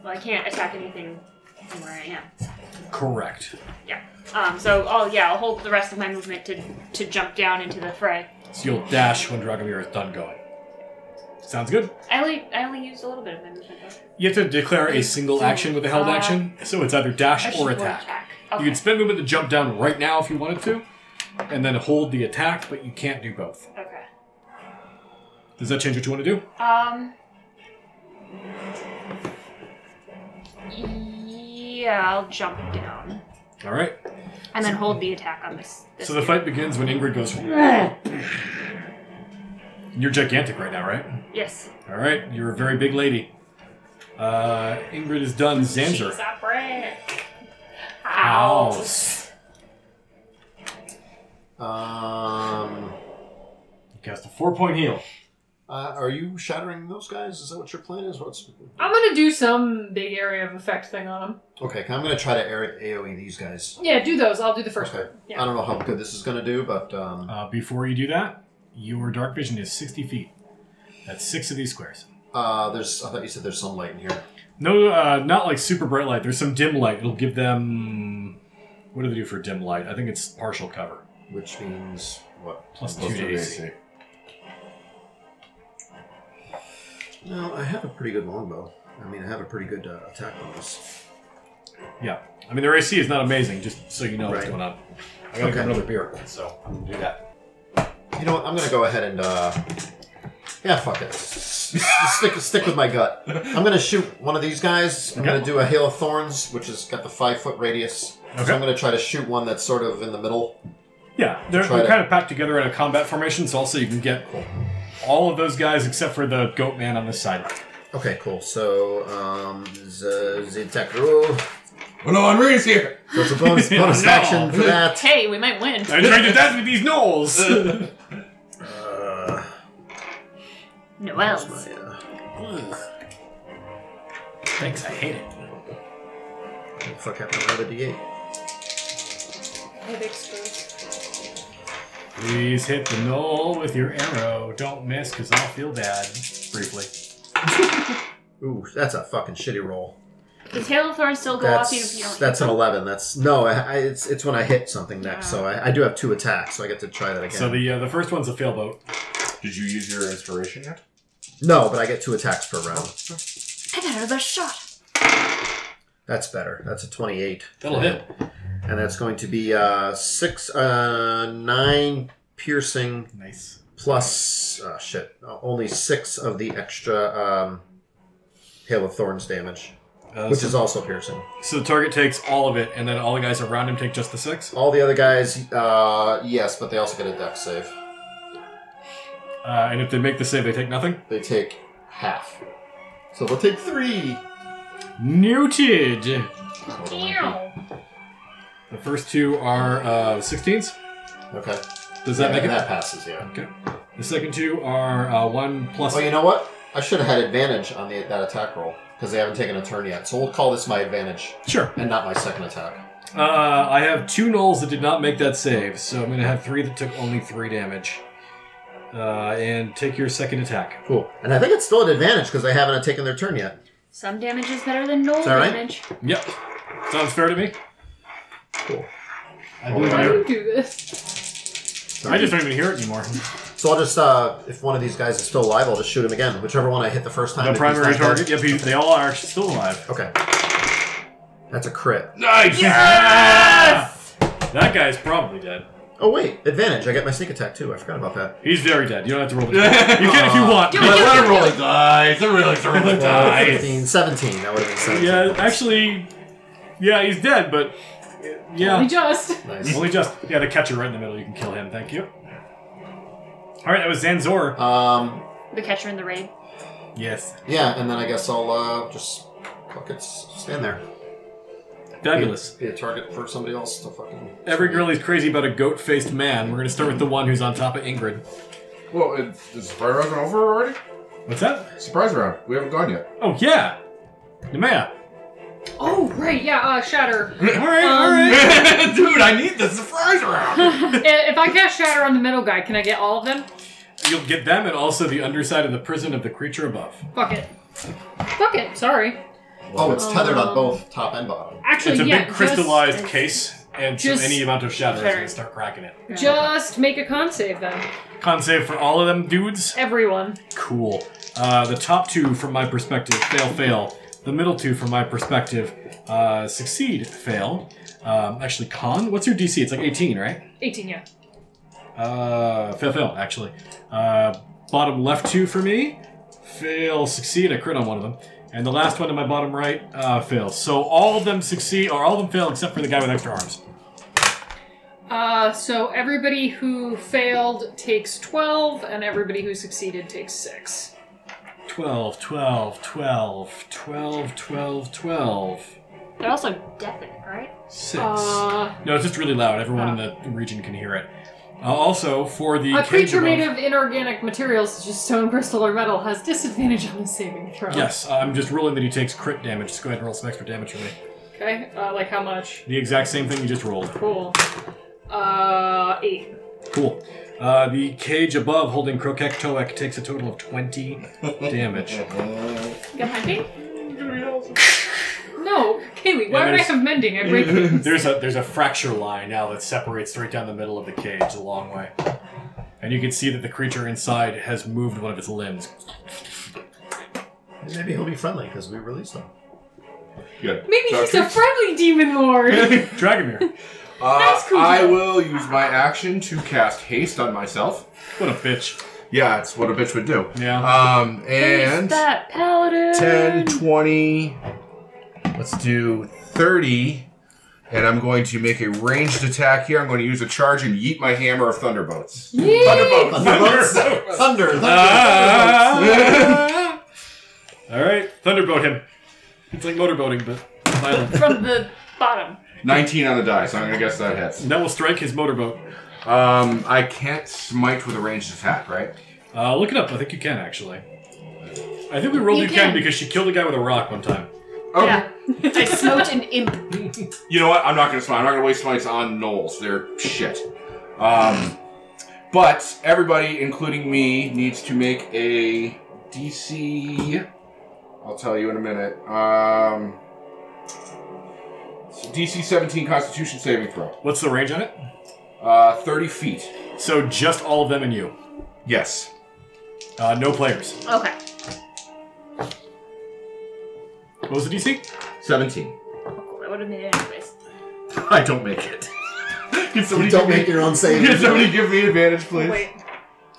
Well, I can't attack anything from where I am. Correct. Um. So, oh yeah, I'll hold the rest of my movement to to jump down into the fray. So you'll dash when Dragomir is done going. Sounds good. I only I only used a little bit of my movement though. You have to declare a single action with a held Uh, action, so it's either dash Action or attack. Okay. You could spend movement to jump down right now if you wanted to, and then hold the attack, but you can't do both. okay. Does that change what you want to do? Um. Yeah, I'll jump down All right. and then hold the attack on this. this So the fight begins when Ingrid goes. You're gigantic right now, right? yes. All right. You're a very big lady. Uh, Ingrid is done. She's Zanzer. a brick. House. Um, You cast a four-point heal. uh, are you shattering those guys? Is that what your plan is? What's I'm gonna do some big area of effect thing on him. okay? 'cause I'm gonna try to air- AOE these guys. Yeah, do those. I'll do the first Okay. one. Yeah. I Um, don't know how good this is gonna do, but um, Uh, before you do that, your dark vision is 60 feet. That's six of these squares. uh, there's. I thought you said there's some light in here. No, uh, not like super bright light. There's some dim light. It'll give them. What do they do for dim light? I think it's partial cover. Which means what? Plus two Plus two to to AC. AC. No, I have a pretty good longbow. I mean, I have a pretty good uh, attack bonus. Yeah. I mean, their AC is not amazing, just so you know what's Right. going on. I gotta Okay. get another beer, so I'm gonna do that. You know what? I'm gonna go ahead and uh, yeah, fuck it. S- s- stick stick with my gut. I'm gonna shoot one of these guys. I'm Okay. gonna do a hail of thorns, which has got the five foot radius. So Okay. I'm gonna try to shoot one that's sort of in the middle. Yeah, they're, Try they're to- kind of packed together in a combat formation, so also you can get all of those guys except for the goat man on this side. Okay, cool. So um, the, the attack roll. Oh no, Henri's here! So it's a bonus, bonus No. action for that. Hey, we might win. I tried to dance with these gnolls! Uh, Noel's. my, uh, Thanks, I hate it. fuck happened to another D8? Please hit the knoll with your arrow. Don't miss, because I'll feel bad. Briefly. Ooh, that's a fucking shitty roll. Does Hail of Thorns still go off even if you That's don't? that's an eleven. That's no, I, I, it's it's when I hit something next. Oh. So I, I do have two attacks, so I get to try that again. So the uh, the first one's a fail boat. Did you use your inspiration yet? no, but I get two attacks per round. I got another shot. That's better. That's a twenty-eight, That'll hit. and that's going to be uh, six, uh, nine piercing Nice. plus uh, shit. uh, Only six of the extra um, hail of thorns damage, Uh, which so, is also piercing. so the target takes all of it, and then all the guys around him take just the six. All the other guys, uh, yes, but they also get a dex save. Uh, and if they make the save, they take nothing. They take half, so they'll take three. Muted. Hold on, Damn. The first two are uh, 16s. Okay. Does that Yeah, make it? That passes, yeah. Okay. The second two are uh, one plus. Well, you know what? I should have had advantage on the, that attack roll because they haven't taken a turn yet. So we'll call this my advantage Sure. and not my second attack. Uh, I have two nulls that did not make that save, so I'm going to have three that took only three damage. Uh, and take your second attack. Cool. And I think it's still an advantage because they haven't taken their turn yet. Some damage is better than no Is that right? damage. Yep. Sounds fair to me. Cool. I, Well, do Why do hear- you do this? I just don't even hear it anymore. So I'll just, uh, if one of these guys is still alive, I'll just shoot him again. Whichever one I hit the first time. The if he's primary not dead- target. Yep, he, they all are still alive. Okay. That's a crit. Nice. Yes! that guy's probably dead. Oh wait, advantage. I get my sneak attack too. I forgot about that. He's very dead. You don't have to roll. The you can if you want. Do it, do it, do it. rolling dice. They're really throwing the Nice. 15, 17. That would have been 17. Yeah, actually, yeah, he's dead, but We yeah, just. Nice. only just yeah, the catcher right in the middle. You can kill him. Thank you. All right, that was Zanzor. Um, The catcher in the raid. Yes, yeah, and then I guess I'll uh, just fucking s- stand there. fabulous. Be a target for somebody else to fucking. Every girl is crazy about a goat-faced man. We're gonna start with the one who's on top of Ingrid. Well, it, the surprise round over already? What's that? Surprise round. We haven't gone yet. Oh yeah, Nemea. Oh, right, yeah, uh, Shatter. All right, all Um, right. Dude, I need the surprise round. I- if I cast Shatter on the middle guy, can I get all of them? You'll get them and also the underside of the prison of the creature above. Fuck it. Fuck it, sorry. Oh, it's tethered on Um, both top and bottom. Actually, it's a yeah, big crystallized just, uh, case, and just- so any amount of shatter is Shatter. gonna start cracking it. Just make a con save then. Con save for all of them dudes. Everyone. Cool. Uh, the top two, from my perspective, fail, fail. The middle two, from my perspective, uh, succeed, fail. Um, actually, con. What's your DC? It's like 18, right? 18, yeah. Uh, fail, fail. Actually, uh, bottom left two for me, fail, succeed. I crit on one of them, and the last one to my bottom right, uh, fail. So all of them succeed, or all of them fail except for the guy with extra arms. Uh, so everybody who failed takes 12, and everybody who succeeded takes 6. 12, 12, 12, 12, 12, 12, They're also deafened, right? 6. Uh, No, it's just really loud. Everyone in the region can hear it. Uh, also, for the a cage creature above- made of inorganic materials such as stone, crystal, or metal has disadvantage on the saving throw. Yes, I'm just ruling that he takes crit damage. Just go ahead and roll some extra damage for me. Okay, uh, like how much? The exact same thing you just rolled. Cool. Uh, 8. Cool. Uh, the cage above holding Krokektoek takes a total of 20 damage. Mm-hmm. Got my thing? No, Kaylee, why And would I there's- have mending? I break things. There's a there's a fracture line now that separates straight down the middle of the cage a long way. And you can see that the creature inside has moved one of its limbs. Maybe he'll be friendly because we released him. Good. Maybe So he's a friendly demon lord. Dragomir, Uh, That's cool. I will use my action to cast haste on myself. what a bitch. Yeah, it's what a bitch would do. Yeah. Um, and that paladin. 10, 20, let's do 30. And I'm going to make a ranged attack here. I'm going to use a charge and yeet my hammer of thunderbolts. Yay! Thunderbolts! Thunder! Thunder! Ah. All right, thunderboat him. It's like motorboating, but violent. From the bottom. 19 on the die, so I'm going to guess that hits. that will strike his motorboat. Um, I can't smite with a ranged attack, right? Uh, look it up. I think you can actually. I think we rolled You you, can. can. because she killed a guy with a rock one time. Okay. Yeah. I smote an imp. You know what? I'm not going to smite. I'm not going to waste smites on gnolls. They're shit. Um, but everybody, including me, needs to make a DC. I'll tell you in a minute. Um, so DC 17 Constitution saving throw. What's the range on it? Uh, 30 feet. So just all of them and you. Yes. Uh, no players. Okay. What was the DC? 17. Cool. I would have made it anyways. I don't make it. can somebody Don't give make me, your own save. Can e- somebody give me advantage, please? Wait.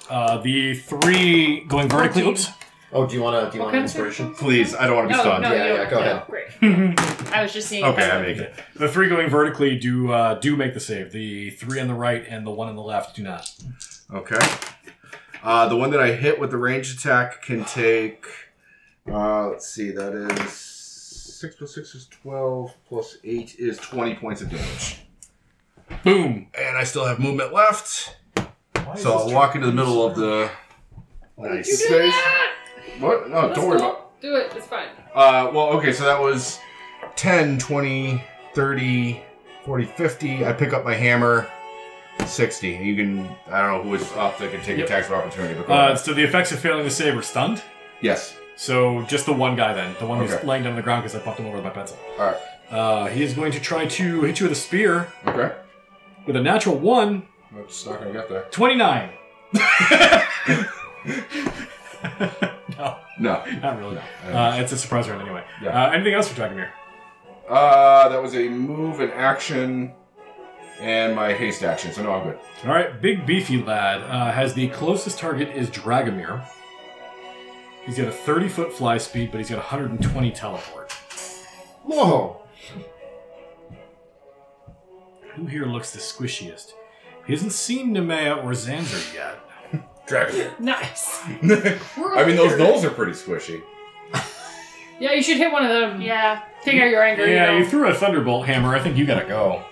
Uh, the three going vertically. Oops. Oh, do you want to? Do you What want an kind of inspiration? Please, I don't want to be No, stunned. no, Yeah, you yeah, don't. go No, ahead. Great. I was just seeing. Okay, I make it. The three going vertically do uh, do make the save. The three on the right and the one on the left do not. Okay. Uh, the one that I hit with the range attack can take. Uh, let's see, that is. 6 plus 6 is 12, plus 8 is 20 points of damage. Boom. And I still have movement left, so I'll walk into the middle of the. Nice. space. What? No, That's don't worry cool. about Do it, it's fine. Uh, well, okay, so that was 10, 20, 30, 40, 50. I pick up my hammer. 60. You can. I don't know who is up that can take Yep. attacks of opportunity, but go Uh, ahead. so the effects of failing the save are stunned. Yes. So just the one guy then, the one who's Okay. laying down on the ground because I popped him over with my pencil. Alright. Uh, he is going to try to hit you with a spear. Okay. With a natural one, It's not gonna get there. 29. no, No. not really. I don't Uh, it's a surprise round anyway. Yeah. Uh, anything else for Dragomir? Uh, that was a move, an action, and my haste action. So no, I'm good. All right, big beefy lad uh, has the closest target is Dragomir. He's got a 30 foot fly speed, but he's got 120 teleport. Whoa! Who here looks the squishiest? He hasn't seen Nemea or Xander yet. Dragon. Nice. We're I mean, over those here. knolls are pretty squishy. Yeah, you should hit one of them. Yeah. Take out your anger. you Yeah, know. you threw a thunderbolt hammer. I think you gotta go.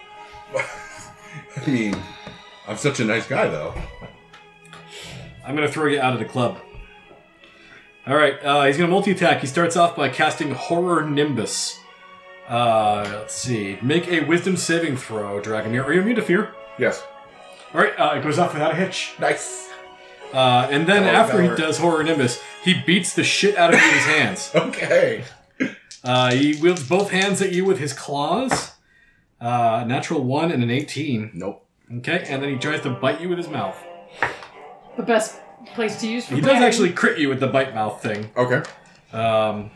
I mean, I'm such a nice guy, though. I'm gonna throw you out of the club. All right, uh, he's gonna multi-attack. He starts off by casting Horror Nimbus. Uh, let's see. Make a Wisdom saving throw, Dragomir. Are you immune to fear? Yes. All right, uh, it goes off without a hitch. Nice. Uh, and then Oh, after he Valor. does Horror Nimbus, he beats the shit out of you with his hands. Okay. Uh, he wields both hands at you with his claws. Uh, natural one and an 18. Nope. Okay, and then he tries to bite you with his mouth. the best place to use for He does planning. actually crit you with the bite mouth thing. Okay. Um,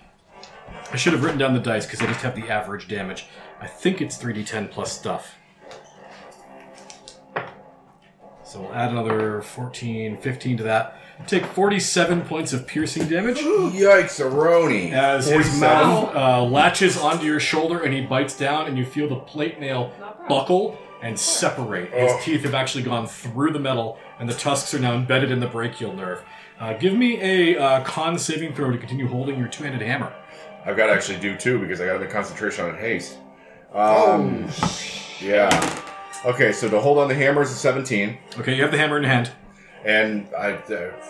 I should have written down the dice because I just have the average damage. I think it's 3d10 plus stuff. So we'll add another 14, 15 to that. Take 47 points of piercing damage Yikes, Aroni. as his 47. mouth uh, latches onto your shoulder and he bites down, and you feel the plate nail Not bad. buckle and separate. His Ugh. teeth have actually gone through the metal, and the tusks are now embedded in the brachial nerve. Uh, give me a uh, con saving throw to continue holding your two handed hammer. I've got to actually do two because I got to make concentration on haste. Um, yeah. Okay, so to hold on the hammer is a 17, Okay, you have the hammer in hand. and I uh,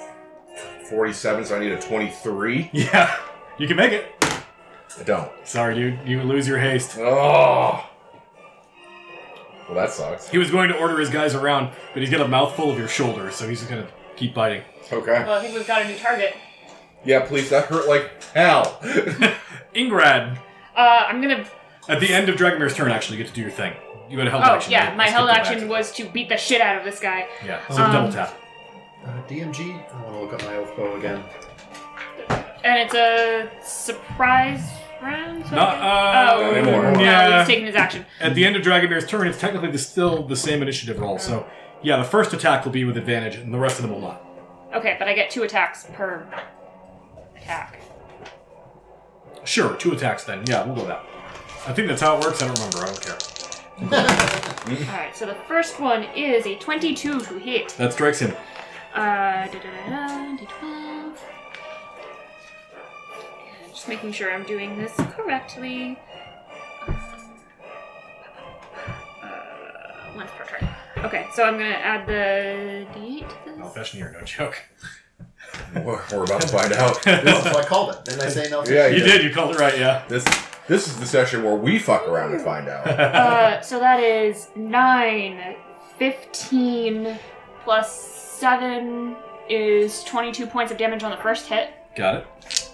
47, so I need a 23. Yeah, you can make it. I don't. Sorry, dude, you lose your haste. Oh. Well, that sucks. He was going to order his guys around, but he's got a mouthful of your shoulder, so he's just gonna keep biting. Okay. Well, I think we've got a new target. Yeah, please. That hurt like hell. Ingrad, Uh, I'm gonna. at the end of Dragomir's turn, actually, you get to do your thing. You had a held Oh action. yeah, I- my I held skipped it action back. was to beat the shit out of this guy. Yeah, so Um, double tap. Uh, DMG. I want to look at my oath bow again. And it's a surprise round? so I Not, guess? uh, oh, Not anymore. no, Yeah. he's taking his action. At the end of Dragomir's turn, it's technically the- still the same initiative roll. So, yeah, the first attack will be with advantage, and the rest of them will not. Okay, but I get two attacks per attack. Sure, two attacks then. Yeah, we'll go that. I think that's how it works. I don't remember. I don't care. Alright, so the first one is a 22 to hit. That strikes him. Uh, da-da-da-da, d12. Just making sure I'm doing this correctly. Uh, once per turn. Okay, so I'm gonna add the d8 to I'll this. fashion here, Oh, no joke. We're we're about to find out. No, so I called it. Didn't I say no? Yeah, You did. You called it right. Yeah. This this is the session where we fuck around and find out. Uh, so that is 9, 15 plus 7 is 22 points of damage on the first hit. Got it.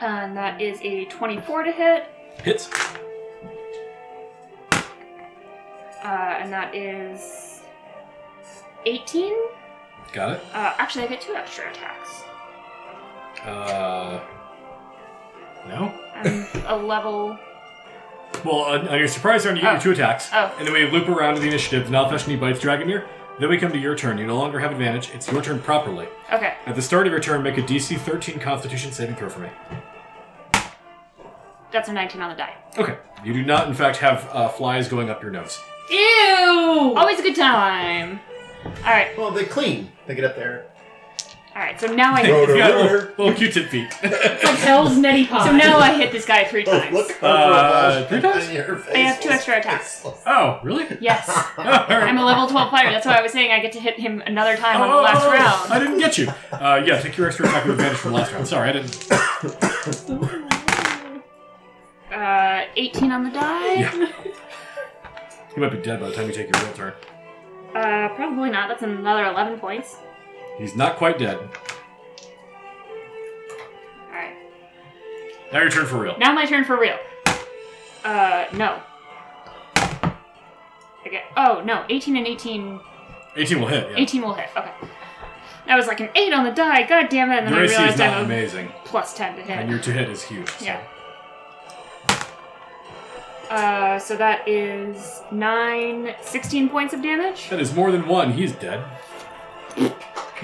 And that is a 24 to hit. Hits. Uh, and that is 18. Got it. Uh, actually, I get two extra attacks. Uh, no. I'm a level. Well, on, on your surprise round, you get Oh. your two attacks, Oh. and then we loop around to the initiative. Nalfeshni bites Dragomir. Then we come to your turn. You no longer have advantage. It's your turn properly. Okay. At the start of your turn, make a DC 13 Constitution saving throw for me. That's a 19 on the die. Okay. You do not, in fact, have uh, flies going up your nose. Ew! Always a good time. Alright, Well, they clean. They get up there. alright, so now I. Rotor, You got little, rotor. little Q-tip feet. It's like hell's neti pot. So now I hit this guy three Oh, times. Oh, Uh, three times? I have two extra attacks. Oh, really? Yes. Oh, all right. I'm a level 12 fighter. That's why I was saying I get to hit him another time on the Oh, last oh, oh, I round. didn't get you. Uh, yeah, take your extra attack with advantage from last round. Sorry, I didn't. Uh, 18 on the die. Yeah. You might be dead by the time you take your real turn. Uh, probably not. That's another 11 points. He's not quite dead. All right. Now your turn for real. Now my turn for real. Uh, no. Okay. Oh, no. 18 and 18. 18 will hit. Yeah. 18 will hit. Okay. That was like an 8 on the die. God damn it. And then Your I AC is realized I not have a amazing, plus 10 to hit. and your to hit is huge. so- Yeah. Uh, so that is 9, 16 points of damage. That is more than one. He's dead. You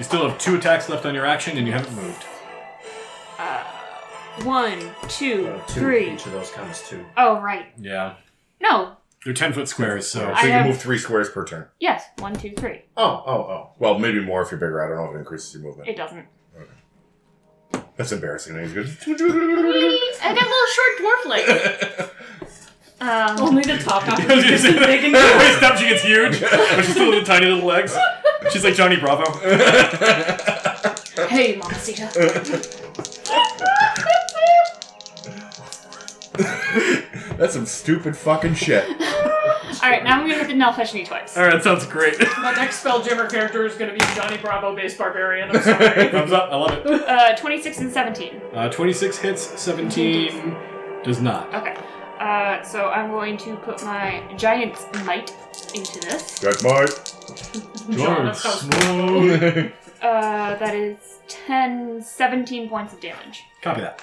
still have two attacks left on your action, and you haven't moved. One, two, Uh, two, three. Each of those counts two. Oh, right. Yeah. No. They're 10 foot squares, so. So you have- move three squares per turn. Yes. One, two, three. Oh, oh, oh. Well, maybe more if you're bigger. I don't know if it increases your movement. It doesn't. That's embarrassing. He's good. I got little short dwarf legs. Um, Only the top half I of was it gonna is say- big and Everybody stops, she gets huge, but she's still little tiny little legs. She's like Johnny Bravo. hey, Mamacita. That's some stupid fucking shit. All right, now I'm gonna hit the Nalfeshni twice. Alright, sounds great. My next Spelljammer character is going to be Johnny Bravo based barbarian. I'm sorry. Thumbs up, I love it. Uh, 26 and 17. Uh, 26 hits, 17 does not. Okay. Uh, so I'm going to put my giant's might into this. Good boy. John, Dwarves. that's Whoa. Uh, that is 10, 17 points of damage. Copy that.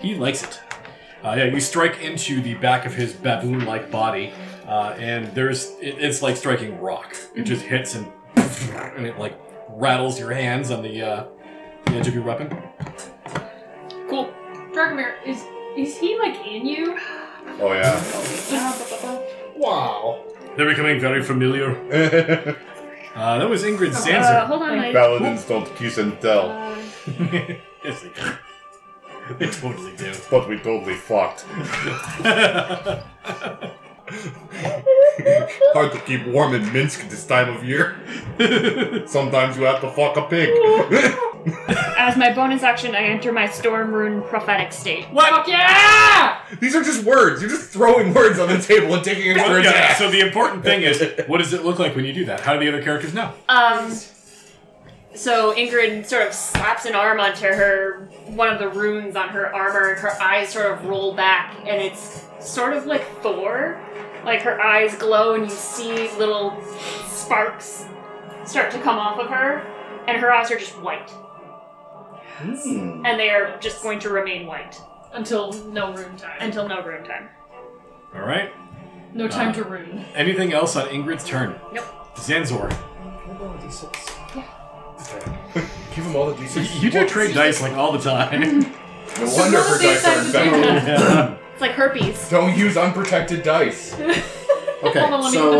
He likes it. Uh, yeah, you strike into the back of his baboon-like body, uh, and there's it, it's like striking rock. It just hits and and it like rattles your hands on the, uh, the edge of your weapon. cool. Dragomir, is is he like in you? Oh yeah. Wow. They're becoming very familiar. Uh, that was Ingrid Uh, Uh-huh. Sanser. hold on, my. Paladins don't kiss and tell, Uh, yes, they do. They totally do. but we totally fucked. Hard to keep warm in Minsk at this time of year. Sometimes you have to fuck a pig. as my bonus action, I enter my Storm Rune prophetic state. Fuck yeah! These are just words. You're just throwing words on the table and taking it for Well, a yeah, ass. so the important thing is, what does it look like when you do that? How do the other characters know? Um. So Ingrid sort of slaps an arm onto her one of the runes on her armor, and her eyes sort of roll back, and it's sort of like Thor. Like her eyes glow, and you see little sparks start to come off of her, and her eyes are just white, and they are just going to remain white Until no room time. And until no room time. All right. no time Uh, to rune. Anything else on Ingrid's turn? Nope. Zanzor, Give him all the you, DC. you do trade dice like all the time. No wonder her dice are infected. Yeah. It's like herpes. Don't use unprotected dice. Okay, Hold on, let me so get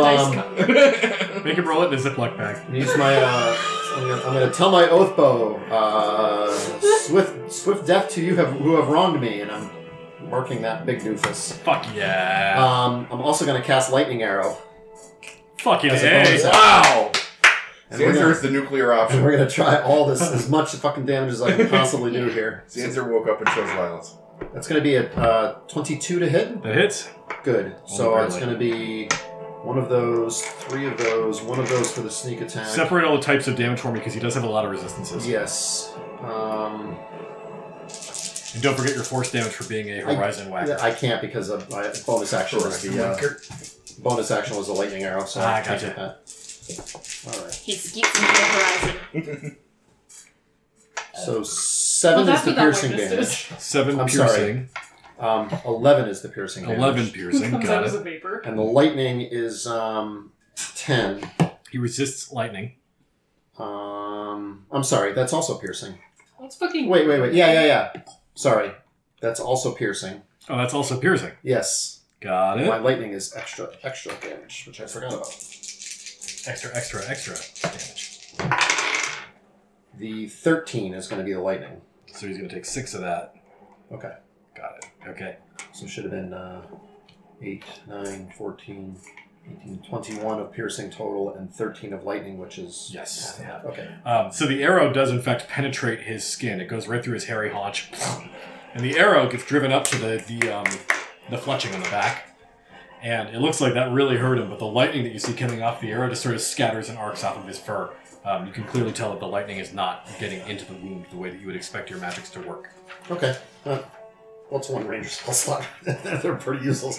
the dice um, cup. Make him roll it in a Ziploc bag. I'm gonna use my. Uh, I'm, gonna, I'm gonna tell my oath bow. Uh, swift, swift death to you have, who have wronged me, and I'm marking that big doofus. Fuck yeah. Um, I'm also gonna cast lightning arrow. Fucking as a A. bonus action. Wow. And we're, Xander gonna, is the nuclear and option. we're gonna try all this as much fucking damage as I can possibly do here. Xander woke up and chose violence. That's gonna be a uh, 22 to hit. That hits. Good. So Only it's barely. going to be one of those, three of those, one of those for the sneak attack. Separate all the types of damage for me because he does have a lot of resistances. Yes. Um, And don't forget your force damage for being a I- Horizon whacker. I can't because of my bonus action was the uh, bonus action was the lightning arrow. So Ah, I can't gotcha. get that. All right. He skeets into the horizon. So seven Well, is that's the what that piercing witness damage. Seven I'm sorry. piercing. Um, Eleven is the piercing damage. Eleven piercing. Comes out Got as a it. vapor. And the lightning is um, ten. He resists lightning. Um, I'm sorry. That's also piercing. That's fucking. Wait, wait, wait. Yeah, yeah, yeah. Sorry. That's also piercing. Oh, that's also piercing. Yes. Got it. My lightning is extra, extra damage, which I forgot about. Extra, extra, extra damage. The 13 is going to be the lightning. So he's going to take six of that. Okay. Got it. Okay. So it should have been uh, 8, 9, 14, 18, 21 of piercing total and 13 of lightning, which is. Yes. Yeah. Okay. Um, so the arrow does, in fact, penetrate his skin. It goes right through his hairy haunch, and the arrow gets driven up to the the um, the fletching on the back, And it looks like that really hurt him, but the lightning that you see coming off the arrow just sort of scatters and arcs off of his fur. Um, you can clearly tell that the lightning is not getting into the wound the way that you would expect your magics to work. Okay. Uh, what's one ranger spell slot? They're pretty useless.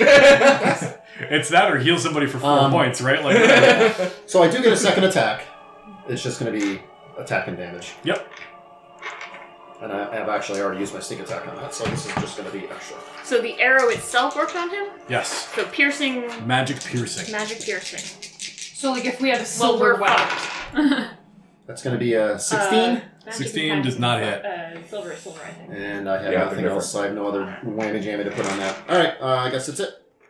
It's that or heal somebody for four Um. points, right? Like, so I do get a second attack. It's just going to be attack and damage. Yep. And I have actually already used my sneak attack on that, so this is just going to be extra. So the arrow itself worked on him. yes, So piercing, magic piercing. magic piercing. So like if we had a Well, silver we're weapon, fucked. That's going to be a 16, Uh, magic 16 attack. does not hit. Uh, silver, silver, I think. and I have Yeah, nothing they're else. I have no other whammy jammy to put on that. All right, uh, I guess that's it.